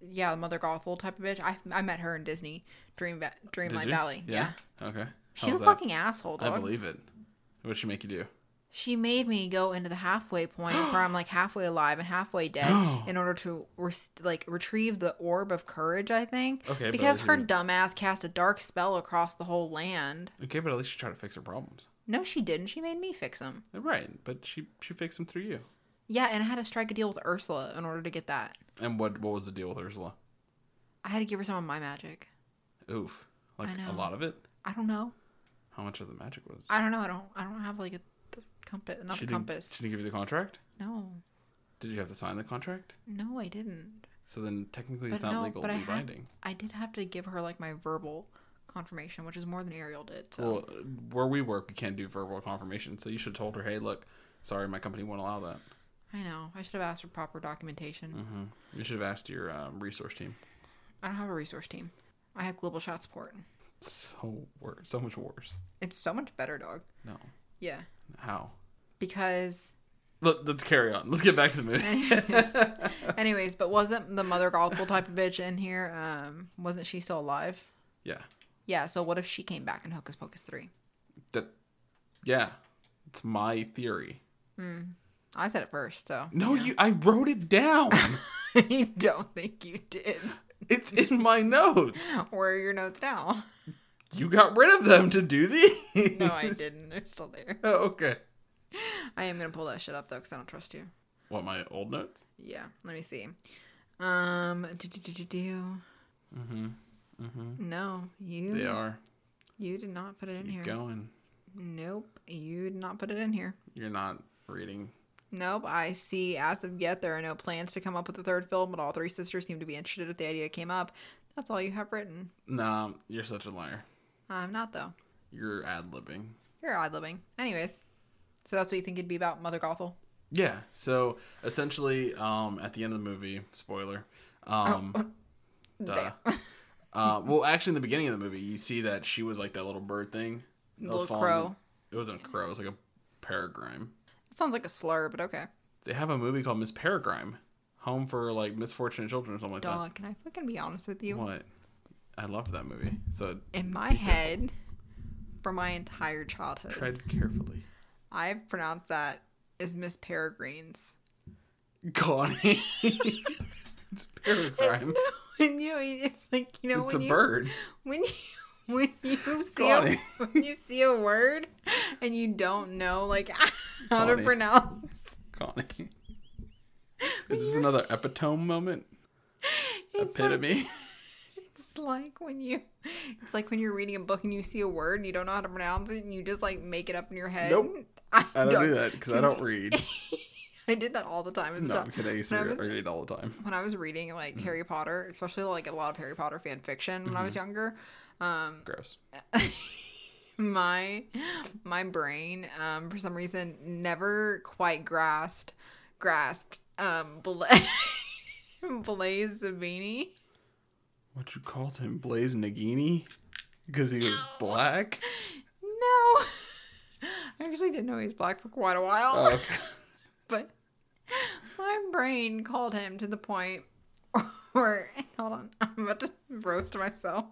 Speaker 3: yeah the mother Gothel type of bitch? I, I met her in Disney Dream Va-
Speaker 2: Did
Speaker 3: Dreamlight
Speaker 2: you?
Speaker 3: Valley. Yeah,
Speaker 2: Okay.
Speaker 3: she's
Speaker 2: How's
Speaker 3: a
Speaker 2: that?
Speaker 3: fucking asshole. Dog.
Speaker 2: I believe it. What'd she make you do?
Speaker 3: She made me go into the
Speaker 2: [GASPS]
Speaker 3: halfway point where I'm like halfway alive and halfway dead in order to res- like retrieve the orb of courage. I think.
Speaker 2: Okay, but
Speaker 3: Because
Speaker 2: if
Speaker 3: her
Speaker 2: you-
Speaker 3: dumbass cast a dark spell across the whole land.
Speaker 2: Okay, but at least she tried to fix her problems.
Speaker 3: No, she didn't. She made me fix them.
Speaker 2: Right, but she she fixed them through you.
Speaker 3: Yeah, and I had to strike a deal with Ursula in order to get that.
Speaker 2: And what what was the deal with Ursula?
Speaker 3: I had to give her some of my magic.
Speaker 2: Oof. Like a
Speaker 3: know.
Speaker 2: lot of it?
Speaker 3: I don't know.
Speaker 2: How much of the magic was?
Speaker 3: I don't know. I don't. I don't have like a th- compass. Not
Speaker 2: she
Speaker 3: a
Speaker 2: didn't-
Speaker 3: compass.
Speaker 2: She didn't give you the contract?
Speaker 3: No,
Speaker 2: Did you have to sign the contract?
Speaker 3: no, I didn't.
Speaker 2: So then technically
Speaker 3: But
Speaker 2: it's not
Speaker 3: no,
Speaker 2: legal
Speaker 3: but I
Speaker 2: legally
Speaker 3: had.
Speaker 2: binding.
Speaker 3: I did have to give her like my verbal confirmation, which is more than Ariel did. So
Speaker 2: Well, where we work, we can't do verbal confirmation. So you should have told her, hey, look, sorry, my company won't allow that.
Speaker 3: I know. I should have asked for proper documentation.
Speaker 2: Hmm. Mm-hmm. You should have asked your um, resource team.
Speaker 3: I don't have a resource team. I have global shot support.
Speaker 2: So worse. So much worse.
Speaker 3: It's so much better, dog.
Speaker 2: No.
Speaker 3: Yeah,
Speaker 2: How?
Speaker 3: because [LAUGHS]
Speaker 2: Let, let's carry on. Let's get back to the movie.
Speaker 3: anyways, but wasn't the mother awful type of bitch in here? Um, wasn't she still alive?
Speaker 2: yeah.
Speaker 3: Yeah. So what if she came back in Hocus Pocus three?
Speaker 2: That. Yeah. It's my theory.
Speaker 3: I said it first, so [LAUGHS]
Speaker 2: No, you. I wrote it [LAUGHS] down.
Speaker 3: I don't think you did.
Speaker 2: it's in my notes.
Speaker 3: Where are your notes now?
Speaker 2: You got rid of them to do these.
Speaker 3: No, I didn't. They're still there.
Speaker 2: [LAUGHS] Oh, okay.
Speaker 3: I am gonna pull that shit up though, cause I don't trust you.
Speaker 2: What my old notes?
Speaker 3: Yeah, let me see. Um, do do do do do. Mm-hmm. Mm-hmm. No, you
Speaker 2: They are.
Speaker 3: you did not put it in
Speaker 2: Keep
Speaker 3: here.
Speaker 2: going.
Speaker 3: Nope, you did not put it in here.
Speaker 2: You're not reading.
Speaker 3: Nope, I see as of yet there are no plans to come up with a third film, but all three sisters seem to be interested if the idea came up. That's all you have written.
Speaker 2: Nah, you're such a liar.
Speaker 3: I'm not though.
Speaker 2: You're ad libbing.
Speaker 3: You're odd living. Anyways. So that's what you think it'd be about, Mother Gothel?
Speaker 2: Yeah. So essentially, um, at the end of the movie, spoiler.
Speaker 3: Oh,
Speaker 2: Um,
Speaker 3: uh,
Speaker 2: duh. [LAUGHS] uh, well, actually, in the beginning of the movie, you see that she was like that little bird thing. that was
Speaker 3: Little
Speaker 2: falling-
Speaker 3: crow.
Speaker 2: It wasn't a crow. It was like a peregrine.
Speaker 3: It sounds like a slur, but okay.
Speaker 2: They have a movie called Miss Peregrine, Home for like misfortunate children or something like
Speaker 3: Dog, can I fucking be honest with
Speaker 2: that.
Speaker 3: you?
Speaker 2: What? I loved that movie. So
Speaker 3: In my head, for my entire childhood,
Speaker 2: tread carefully, [LAUGHS]
Speaker 3: I've pronounced that as Miss
Speaker 2: [LAUGHS]
Speaker 3: Peregrine's.
Speaker 2: Connie. [LAUGHS] it's
Speaker 3: [LAUGHS]
Speaker 2: peregrine.
Speaker 3: And you know, it's like you know
Speaker 2: It's a
Speaker 3: when you
Speaker 2: bird.
Speaker 3: when you [LAUGHS] when you see
Speaker 2: Got
Speaker 3: a,
Speaker 2: it.
Speaker 3: [LAUGHS] when you see a word and you don't know like [LAUGHS] how
Speaker 2: Got
Speaker 3: to
Speaker 2: it.
Speaker 3: pronounce.
Speaker 2: Connie. [LAUGHS] Is this another epitome moment?
Speaker 3: It's like,
Speaker 2: Epitome?
Speaker 3: it's like when you it's like when you're reading a book and you see a word and you don't know how to pronounce it and you just like make it up in your head.
Speaker 2: Nope.
Speaker 3: [LAUGHS] I,
Speaker 2: [LAUGHS] I don't do
Speaker 3: don't-
Speaker 2: that because I [LAUGHS] don't read.
Speaker 3: I did that all the time. as a
Speaker 2: No,
Speaker 3: child.
Speaker 2: I'm kidding. Mm-hmm. I used to
Speaker 3: When I
Speaker 2: re-
Speaker 3: was-
Speaker 2: read all the time.
Speaker 3: when I was reading like Harry Potter, especially like a lot of Harry Potter fan fiction when I was
Speaker 2: Mm-hmm.
Speaker 3: younger, um,
Speaker 2: Gross.
Speaker 3: my my brain um, for some reason never quite grasped grasped um, Bla- [LAUGHS] Blaze Zabini.
Speaker 2: What you called him? Blaze Nagini? Because he was [LAUGHS] black?
Speaker 3: No, [LAUGHS] I actually didn't know he was black for quite a while,
Speaker 2: Oh, okay.
Speaker 3: but my brain called him to the point [LAUGHS] where hold on, I'm about to roast myself.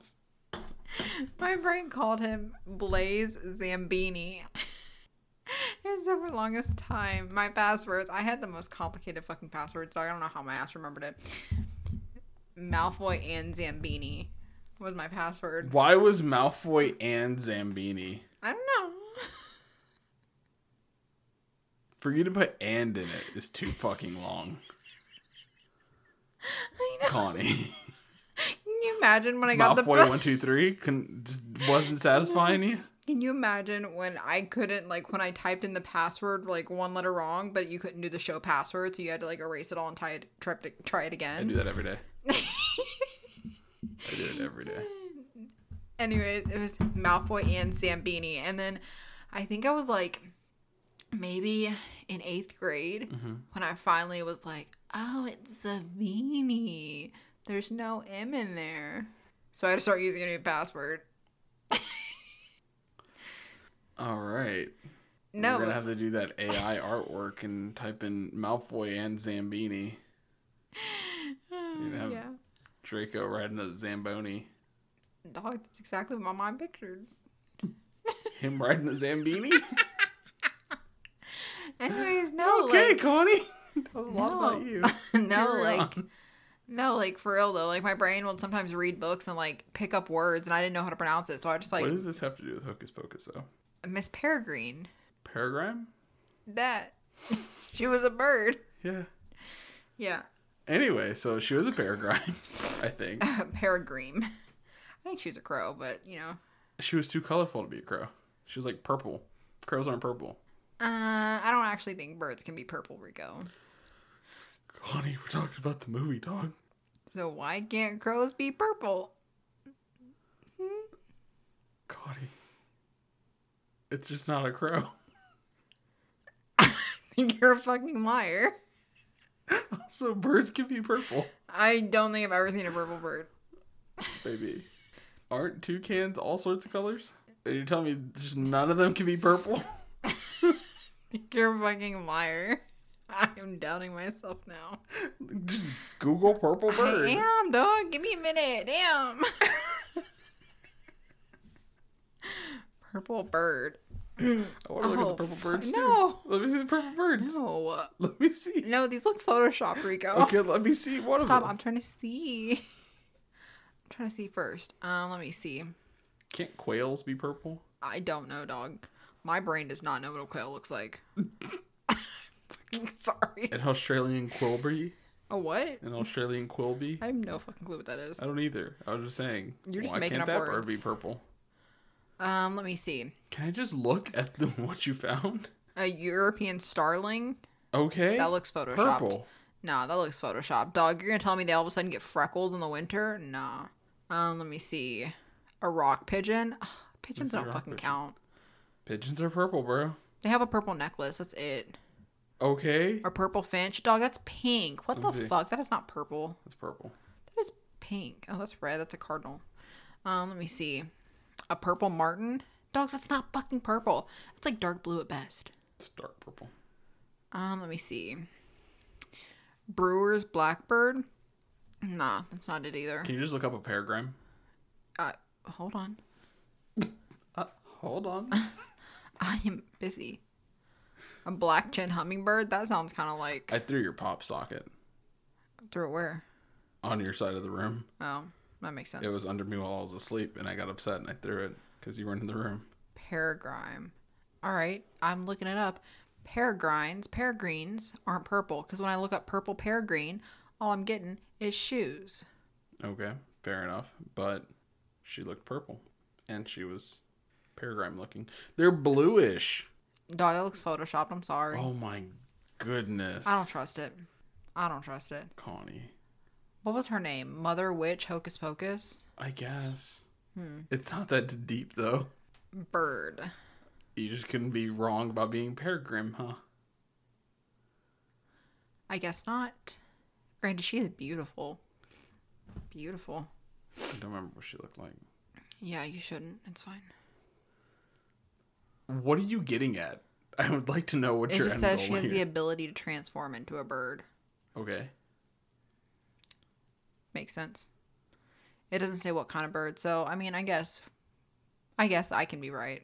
Speaker 3: My brain called him Blaze Zambini. It's for longest time. My passwords. I had the most complicated fucking passwords. So I don't know how my ass remembered it. Malfoy and Zambini was my password.
Speaker 2: Why was Malfoy and Zambini?
Speaker 3: I don't know.
Speaker 2: For you to put and in it is too fucking long,
Speaker 3: I know.
Speaker 2: Connie.
Speaker 3: Can you imagine when I got the
Speaker 2: Malfoy
Speaker 3: book?
Speaker 2: one two three couldn't just wasn't satisfying you.
Speaker 3: Can you imagine when I couldn't like when I typed in the password like one letter wrong, but you couldn't do the show password, so you had to like erase it all and try it, try it, try it
Speaker 2: I do
Speaker 3: again.
Speaker 2: that every [LAUGHS] day. I do it every day.
Speaker 3: Anyways, it was Malfoy and Zambini, and then I think I was like maybe in eighth grade
Speaker 2: Mm-hmm.
Speaker 3: when I finally was like, oh, it's Zambini. There's no M in there, so I had to start using a new password.
Speaker 2: All right.
Speaker 3: No,
Speaker 2: We're gonna have to do that AI artwork and type in Malfoy and Zambini. gonna have-
Speaker 3: yeah,
Speaker 2: Draco riding a Zamboni.
Speaker 3: dog, that's exactly what my mom pictured.
Speaker 2: Him riding a [LAUGHS] Zambini?
Speaker 3: Anyways, no,
Speaker 2: okay,
Speaker 3: like,
Speaker 2: Connie. Oh, [LAUGHS] A lot
Speaker 3: no.
Speaker 2: about you.
Speaker 3: [LAUGHS] no,
Speaker 2: Carry
Speaker 3: like,
Speaker 2: on.
Speaker 3: no, like for real though. Like my brain will sometimes read books and like pick up words, and I didn't know how to pronounce it, so I just like
Speaker 2: what does this have to do with Hocus Pocus though?
Speaker 3: Miss Peregrine.
Speaker 2: Peregrine?
Speaker 3: That [LAUGHS] she was a bird.
Speaker 2: Yeah.
Speaker 3: Yeah, [LAUGHS]
Speaker 2: Anyway, so she was a peregrine, [LAUGHS] I think.
Speaker 3: Peregrine. I think she's a crow, but you know,
Speaker 2: She was too colorful to be a crow. She was like purple. Crows aren't purple.
Speaker 3: uh, I don't actually think birds can be purple, Rico.
Speaker 2: Connie, we're talking about the movie, dog.
Speaker 3: So why can't crows be purple? [LAUGHS]
Speaker 2: Connie. It's just not a crow. [LAUGHS]
Speaker 3: I think you're a fucking liar.
Speaker 2: So birds can be purple.
Speaker 3: I don't think I've ever seen a purple bird. [LAUGHS]
Speaker 2: Baby. Aren't toucans all sorts of colors? Are you telling me just none of them can be purple? [LAUGHS]
Speaker 3: You're a fucking liar. [LAUGHS] I am doubting myself now.
Speaker 2: Just Google purple bird.
Speaker 3: I am, dog. Give me a minute. Damn. [LAUGHS] purple bird.
Speaker 2: I want to look at
Speaker 3: Oh,
Speaker 2: the purple
Speaker 3: fuck,
Speaker 2: birds too.
Speaker 3: no.
Speaker 2: Let me see the purple birds.
Speaker 3: No.
Speaker 2: [LAUGHS] Let me see.
Speaker 3: No, these look Photoshop, Rico.
Speaker 2: Okay, let me see one
Speaker 3: Stop.
Speaker 2: of
Speaker 3: I'm
Speaker 2: them.
Speaker 3: trying to see. I'm trying to see first. Um, let me see.
Speaker 2: Can't quails be purple?
Speaker 3: I don't know, dog. My brain does not know what a quail looks like. [LAUGHS] fucking sorry.
Speaker 2: An Australian quilby?
Speaker 3: A what? [LAUGHS]
Speaker 2: An Australian quilby?
Speaker 3: I have no fucking clue what that is.
Speaker 2: I don't either. I was just saying.
Speaker 3: You're just
Speaker 2: why
Speaker 3: making
Speaker 2: can't
Speaker 3: up
Speaker 2: that bird
Speaker 3: words.
Speaker 2: be purple?
Speaker 3: Um, let me see.
Speaker 2: Can I just look at the [LAUGHS] what you found?
Speaker 3: A European starling.
Speaker 2: Okay.
Speaker 3: That looks photoshopped.
Speaker 2: purple.
Speaker 3: Nah, that looks photoshopped. Dog, you're gonna tell me they all of a sudden get freckles in the winter? Nah. Um, let me see. A rock pigeon. Ugh, pigeons
Speaker 2: What's a
Speaker 3: don't
Speaker 2: rock
Speaker 3: fucking
Speaker 2: pigeon?
Speaker 3: count.
Speaker 2: Pigeons are purple, bro.
Speaker 3: They have a purple necklace. That's it.
Speaker 2: Okay.
Speaker 3: A purple finch. Dog, that's pink. What the
Speaker 2: Let me see.
Speaker 3: fuck? That is not purple.
Speaker 2: That's purple.
Speaker 3: That is pink. Oh, that's red. That's a cardinal. Um, let me see. A purple martin. Dog, that's not fucking purple. It's like dark blue at best.
Speaker 2: It's dark purple.
Speaker 3: Um, let me see. Brewer's blackbird. Nah, that's not it either.
Speaker 2: Can you just look up a peregrine?
Speaker 3: Uh, hold on.
Speaker 2: Uh, hold on.
Speaker 3: [LAUGHS] I am busy. A black chin hummingbird? That sounds kind of like.
Speaker 2: I threw your pop socket
Speaker 3: Through it where?
Speaker 2: on your side of the room.
Speaker 3: Oh, that makes sense.
Speaker 2: It was under me while I was asleep, and I got upset and I threw it because you weren't in the room.
Speaker 3: Peregrine. All right, I'm looking it up. Peregrines, peregrines aren't purple because when I look up purple peregrine, all I'm getting is shoes.
Speaker 2: Okay, fair enough. But she looked purple, and she was peregrine looking. They're bluish.
Speaker 3: Dog, that looks photoshopped. I'm sorry.
Speaker 2: Oh my goodness.
Speaker 3: I don't trust it. I don't trust it.
Speaker 2: Connie.
Speaker 3: What was her name? Mother Witch Hocus Pocus?
Speaker 2: I guess
Speaker 3: Hmm.
Speaker 2: it's not that deep though.
Speaker 3: Bird.
Speaker 2: You just couldn't be wrong about being peregrine, huh?
Speaker 3: I guess not. Granted, she is beautiful. Beautiful.
Speaker 2: I don't remember what she looked like.
Speaker 3: Yeah, you shouldn't. It's fine.
Speaker 2: What are you getting at? [LAUGHS] I would like to know what
Speaker 3: It
Speaker 2: your
Speaker 3: just
Speaker 2: end
Speaker 3: says
Speaker 2: goal
Speaker 3: she has the
Speaker 2: here-
Speaker 3: ability to transform into a bird.
Speaker 2: Okay.
Speaker 3: Makes sense. It doesn't say what kind of bird, so I mean, I guess, I guess I can be right.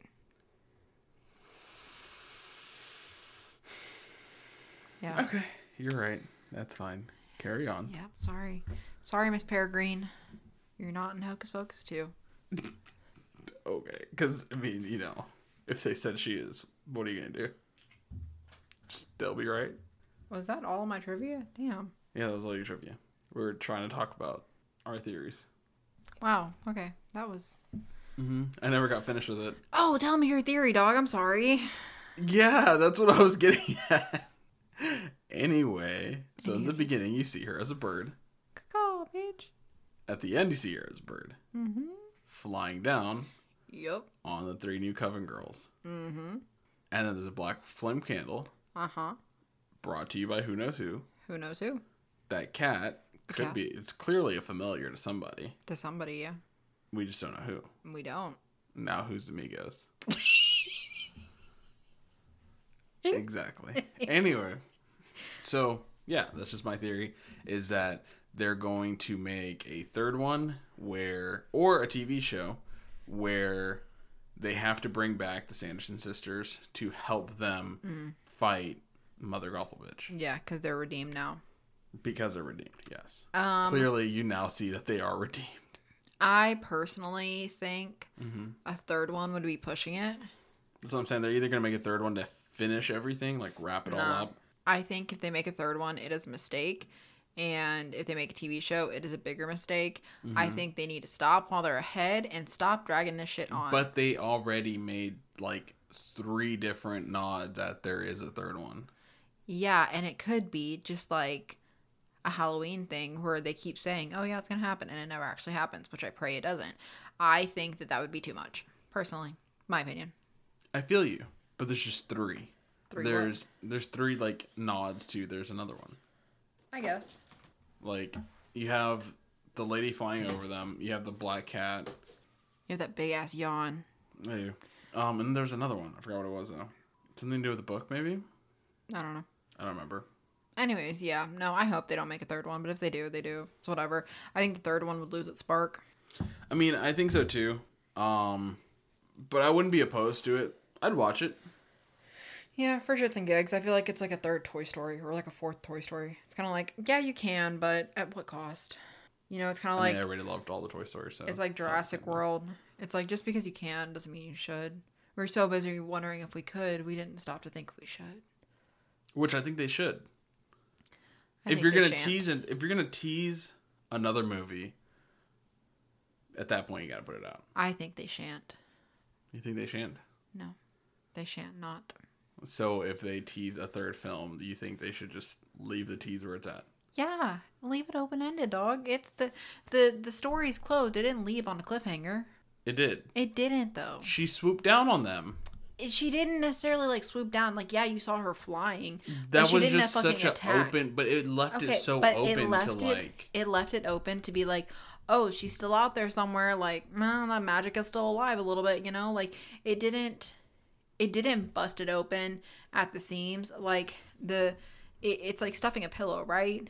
Speaker 3: Yeah.
Speaker 2: Okay, you're right. That's fine. Carry on.
Speaker 3: Yeah. Sorry. Sorry, Miss Peregrine. You're not in Hocus Pocus 2.
Speaker 2: Okay, because I mean, you know, if they said she is, what are you gonna do? Just they'll be right.
Speaker 3: Was that all my trivia? Damn.
Speaker 2: Yeah, that was all your trivia. We were trying to talk about our theories.
Speaker 3: Wow. Okay. That was.
Speaker 2: Mm-hmm. I never got finished with it.
Speaker 3: Oh, tell me your theory, dog. I'm sorry.
Speaker 2: Yeah, that's what I was [LAUGHS] getting at. anyway, so in the beginning, you see her as a bird.
Speaker 3: Caw, bitch.
Speaker 2: At the end, you see her as a bird
Speaker 3: Mm-hmm.
Speaker 2: flying down
Speaker 3: Yep.
Speaker 2: on the three new Coven girls.
Speaker 3: Mm-hmm.
Speaker 2: And then there's a black flame candle
Speaker 3: Uh-huh.
Speaker 2: brought to you by who knows who.
Speaker 3: Who knows who?
Speaker 2: That cat could
Speaker 3: cat.
Speaker 2: be, it's clearly a familiar to somebody.
Speaker 3: To somebody, yeah.
Speaker 2: We just don't know who.
Speaker 3: We don't.
Speaker 2: Now who's Amigos? exactly. Anyway, so yeah, that's just my theory is that they're going to make a third one where or a TV show where they have to bring back the Sanderson sisters to help them fight Mother Golfovich
Speaker 3: Yeah, because they're redeemed now.
Speaker 2: because they're redeemed. Yes.
Speaker 3: Um,
Speaker 2: Clearly, you now see that they are redeemed.
Speaker 3: I personally think
Speaker 2: Mm-hmm.
Speaker 3: a third one would be pushing it.
Speaker 2: That's what I'm saying. They're either going to make a third one to finish everything, like wrap it all
Speaker 3: No.
Speaker 2: up.
Speaker 3: I think if they make a third one, it is a mistake. And if they make a TV show, it is a bigger mistake. I
Speaker 2: Mm-hmm.
Speaker 3: think they need to stop while they're ahead and stop dragging this shit on.
Speaker 2: But they already made like three different nods that there is a third one.
Speaker 3: yeah, and it could be just like a Halloween thing where they keep saying, oh, yeah, it's going to happen. And it never actually happens, which I pray it doesn't. I think that that would be too much, personally. My opinion.
Speaker 2: I feel you, but there's just three.
Speaker 3: Three
Speaker 2: there's there's three like nods to there's another one.
Speaker 3: I guess.
Speaker 2: Like you have the lady flying over them. You have the black cat.
Speaker 3: You have that big ass yawn.
Speaker 2: Hey. Um, and there's another one. I forgot what it was though. Something to do with the book, maybe.
Speaker 3: I don't know.
Speaker 2: I don't remember.
Speaker 3: Anyways, yeah, no, I hope they don't make a third one, but if they do, they do. It's whatever. I think the third one would lose its spark.
Speaker 2: I mean, I think so too. Um, but I wouldn't be opposed to it. I'd watch it.
Speaker 3: Yeah, for shits and gigs, I feel like it's like a third Toy Story or like a fourth Toy Story. It's kind of like, yeah, you can, but at what cost? You know, it's kind of
Speaker 2: I
Speaker 3: like
Speaker 2: mean, I already loved all the Toy Stories. So
Speaker 3: it's like
Speaker 2: so-
Speaker 3: Jurassic World. It's like just because you can doesn't mean you should. We We're so busy wondering if we could, we didn't stop to think if we should.
Speaker 2: which I think they should.
Speaker 3: I
Speaker 2: if
Speaker 3: think
Speaker 2: you're
Speaker 3: they
Speaker 2: gonna
Speaker 3: shan't.
Speaker 2: tease and if you're gonna tease another movie, at that point you gotta put it out.
Speaker 3: I think they shan't.
Speaker 2: You think they shan't?
Speaker 3: No, they shan't not.
Speaker 2: So if they tease a third film, do you think they should just leave the tease where it's at?
Speaker 3: Yeah, leave it open ended, dog. It's the the the story's closed. It didn't leave on a cliffhanger.
Speaker 2: It did.
Speaker 3: It didn't though.
Speaker 2: She swooped down on them.
Speaker 3: She didn't necessarily like swoop down. Like yeah, you saw her flying. but
Speaker 2: That
Speaker 3: she
Speaker 2: was
Speaker 3: didn't
Speaker 2: just
Speaker 3: fucking
Speaker 2: such an
Speaker 3: attack.
Speaker 2: open, but it left it so open to like.
Speaker 3: it, it left it open to be like, oh, she's still out there somewhere. Like mm, that magic is still alive a little bit, you know. Like it didn't, it didn't bust it open at the seams. Like the, it, it's like stuffing a pillow, right?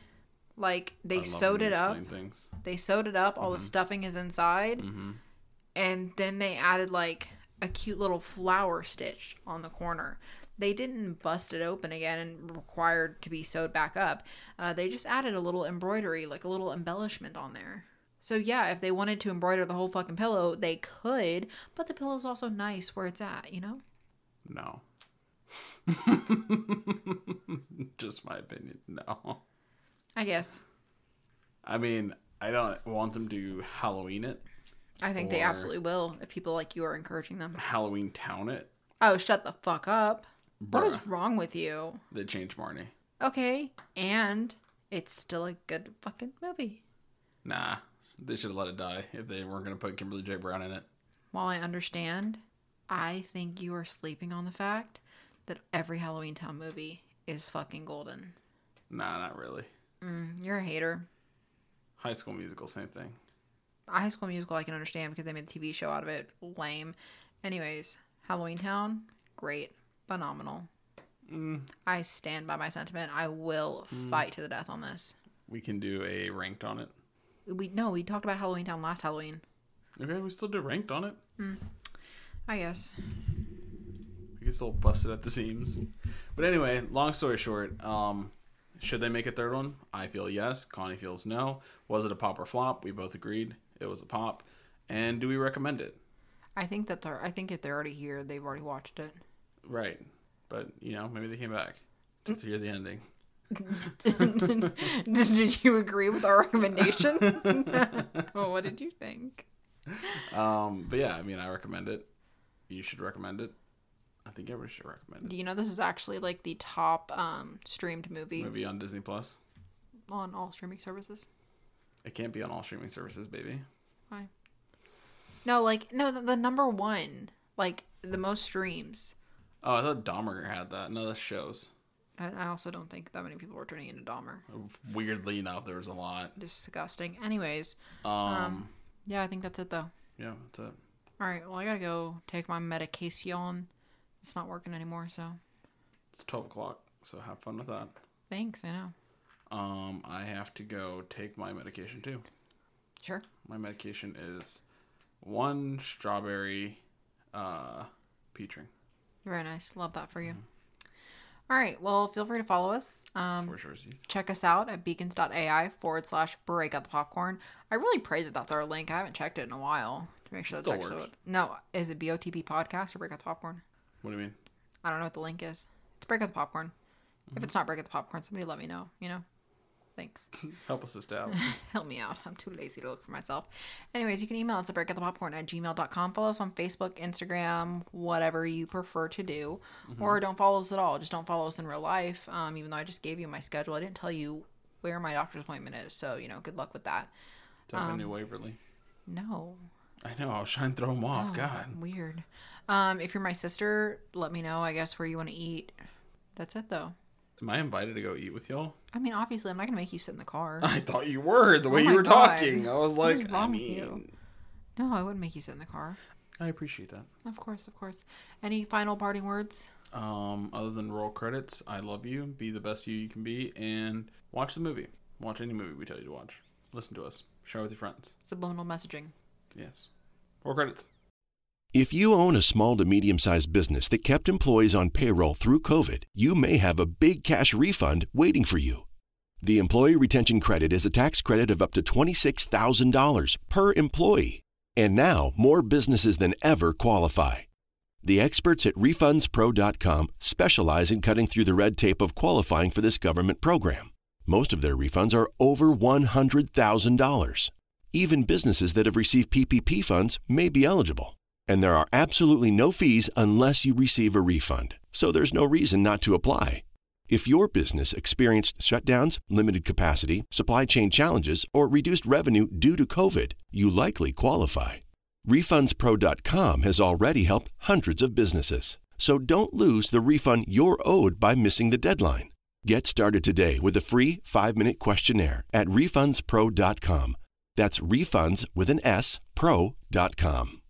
Speaker 3: Like
Speaker 2: I
Speaker 3: they
Speaker 2: love when
Speaker 3: sewed
Speaker 2: you
Speaker 3: it up.
Speaker 2: explain Things.
Speaker 3: They sewed it up. All the stuffing is inside,
Speaker 2: Mm-hmm.
Speaker 3: and then they added like a cute little flower stitch on the corner. They didn't bust it open again and required to be sewed back up. Uh, they just added a little embroidery, like a little embellishment on there. So yeah, if they wanted to embroider the whole fucking pillow, they could. But the pillow's also nice where it's at, you know.
Speaker 2: No. [LAUGHS] just my opinion. No.
Speaker 3: I guess.
Speaker 2: I mean, I don't want them to Halloween it,
Speaker 3: I think they
Speaker 2: Or-
Speaker 3: absolutely will if people like you are encouraging them.
Speaker 2: Halloween town it.
Speaker 3: Oh, shut the fuck up! What
Speaker 2: Bruh.
Speaker 3: is wrong with you?
Speaker 2: They changed Marnie.
Speaker 3: Okay, and it's still a good fucking movie.
Speaker 2: Nah, they should have let it die if they weren't gonna put Kimberly J. Brown in it.
Speaker 3: While I understand, I think you are sleeping on the fact that every Halloween Town movie is fucking golden.
Speaker 2: Nah, not really.
Speaker 3: Mm, you're a hater.
Speaker 2: High School Musical, same thing.
Speaker 3: High School Musical, I can understand because they made the TV show out of it. Lame. Anyways, Halloween Town, great, phenomenal.
Speaker 2: Mm,
Speaker 3: I stand by my sentiment. I will fight to the death on this.
Speaker 2: we can do a ranked on it.
Speaker 3: We no, we talked about Halloween Town last Halloween.
Speaker 2: Okay, we still do ranked on it.
Speaker 3: I guess.
Speaker 2: We can still bust it at the seams. But anyway, long story short, um, should they make a third one? I feel yes. Connie feels no. Was it a pop or flop? We both agreed it was a pop. And do we recommend it?
Speaker 3: I think that's our. I think if they're already here, they've already watched it.
Speaker 2: Right. But you know, maybe they came back just to hear the ending.
Speaker 3: did, [LAUGHS] did you agree with our recommendation? well, what did you think?
Speaker 2: Um, but yeah, I mean, I recommend it. You should recommend it. I think everyone should recommend
Speaker 3: Do you know this is actually like the top um, streamed
Speaker 2: it.
Speaker 3: movie
Speaker 2: Movie on Disney Plus.
Speaker 3: on all streaming services?
Speaker 2: It can't be on all streaming services, baby.
Speaker 3: Why? No, like no, the, the number one, like the most streams.
Speaker 2: Oh, I thought Dahmer had that. No, that's shows.
Speaker 3: I, I also don't think that many people are turning into Dahmer.
Speaker 2: Weirdly enough, there was a lot.
Speaker 3: Disgusting. Anyways,
Speaker 2: Um,
Speaker 3: Um, yeah, I think that's it though.
Speaker 2: yeah, that's it.
Speaker 3: All right, well I gotta go take my medication. It's not working anymore, so
Speaker 2: It's twelve o'clock, so have fun with that.
Speaker 3: thanks. I know.
Speaker 2: Um, I have to go take my medication too.
Speaker 3: Sure.
Speaker 2: My medication is one strawberry uh peach ring.
Speaker 3: Very nice. Love that for you. All right. Well, feel free to follow us. Um,
Speaker 2: Four shorties.
Speaker 3: check us out at beacons.ai forward slash break out the popcorn. I really pray that that's our link. I haven't checked it in a while to make sure
Speaker 2: It
Speaker 3: that's
Speaker 2: still
Speaker 3: actually
Speaker 2: works.
Speaker 3: what- No, is it BOTP podcast or break out the popcorn?
Speaker 2: What do you mean?
Speaker 3: I don't know what the link is. It's break out the popcorn.
Speaker 2: Mm-hmm.
Speaker 3: If it's not break out the popcorn, somebody let me know. You know. Thanks.
Speaker 2: Help us out.
Speaker 3: [LAUGHS] Help me out. I'm too lazy to look for myself. Anyways, you can email us at breakatthepopcorn at gmail.com. Follow us on Facebook, Instagram, whatever you prefer to do. Or don't follow us at all. Just don't follow us in real life. Um, even though I just gave you my schedule, I didn't tell you where my doctor's appointment is. So, you know, good luck with that. Um,
Speaker 2: Stephanie Waverly.
Speaker 3: No.
Speaker 2: I know. I was trying to throw him off.
Speaker 3: Oh,
Speaker 2: God.
Speaker 3: Weird. Um, if you're my sister, let me know, I guess, where you want to eat. That's it, though.
Speaker 2: Am I invited to go eat with y'all? [LAUGHS]
Speaker 3: I mean, obviously, I'm not going to make you sit in the car.
Speaker 2: I thought you were the way
Speaker 3: Oh my
Speaker 2: you were
Speaker 3: God.
Speaker 2: talking. I was
Speaker 3: What
Speaker 2: like,
Speaker 3: is
Speaker 2: I
Speaker 3: wrong with
Speaker 2: mean,
Speaker 3: you? No, I wouldn't make you sit in the car.
Speaker 2: I appreciate that.
Speaker 3: Of course, of course. Any final parting words?
Speaker 2: Um, other than roll credits, I love you. Be the best you you can be, and watch the movie. Watch any movie we tell you to watch. Listen to us. Share with your friends.
Speaker 3: Subliminal messaging.
Speaker 2: Yes. Roll credits.
Speaker 1: If you own a small to medium sized business that kept employees on payroll through COVID, you may have a big cash refund waiting for you. The Employee Retention Credit is a tax credit of up to $26,000 per employee. And now more businesses than ever qualify. The experts at RefundsPro.com specialize in cutting through the red tape of qualifying for this government program. Most of their refunds are over $100,000. Even businesses that have received PPP funds may be eligible. And there are absolutely no fees unless you receive a refund, so there's no reason not to apply. If your business experienced shutdowns, limited capacity, supply chain challenges, or reduced revenue due to COVID, you likely qualify. RefundsPro.com has already helped hundreds of businesses. So don't lose the refund you're owed by missing the deadline. Get started today with a free five minute questionnaire at RefundsPro.com. That's refunds with an S, pro.com.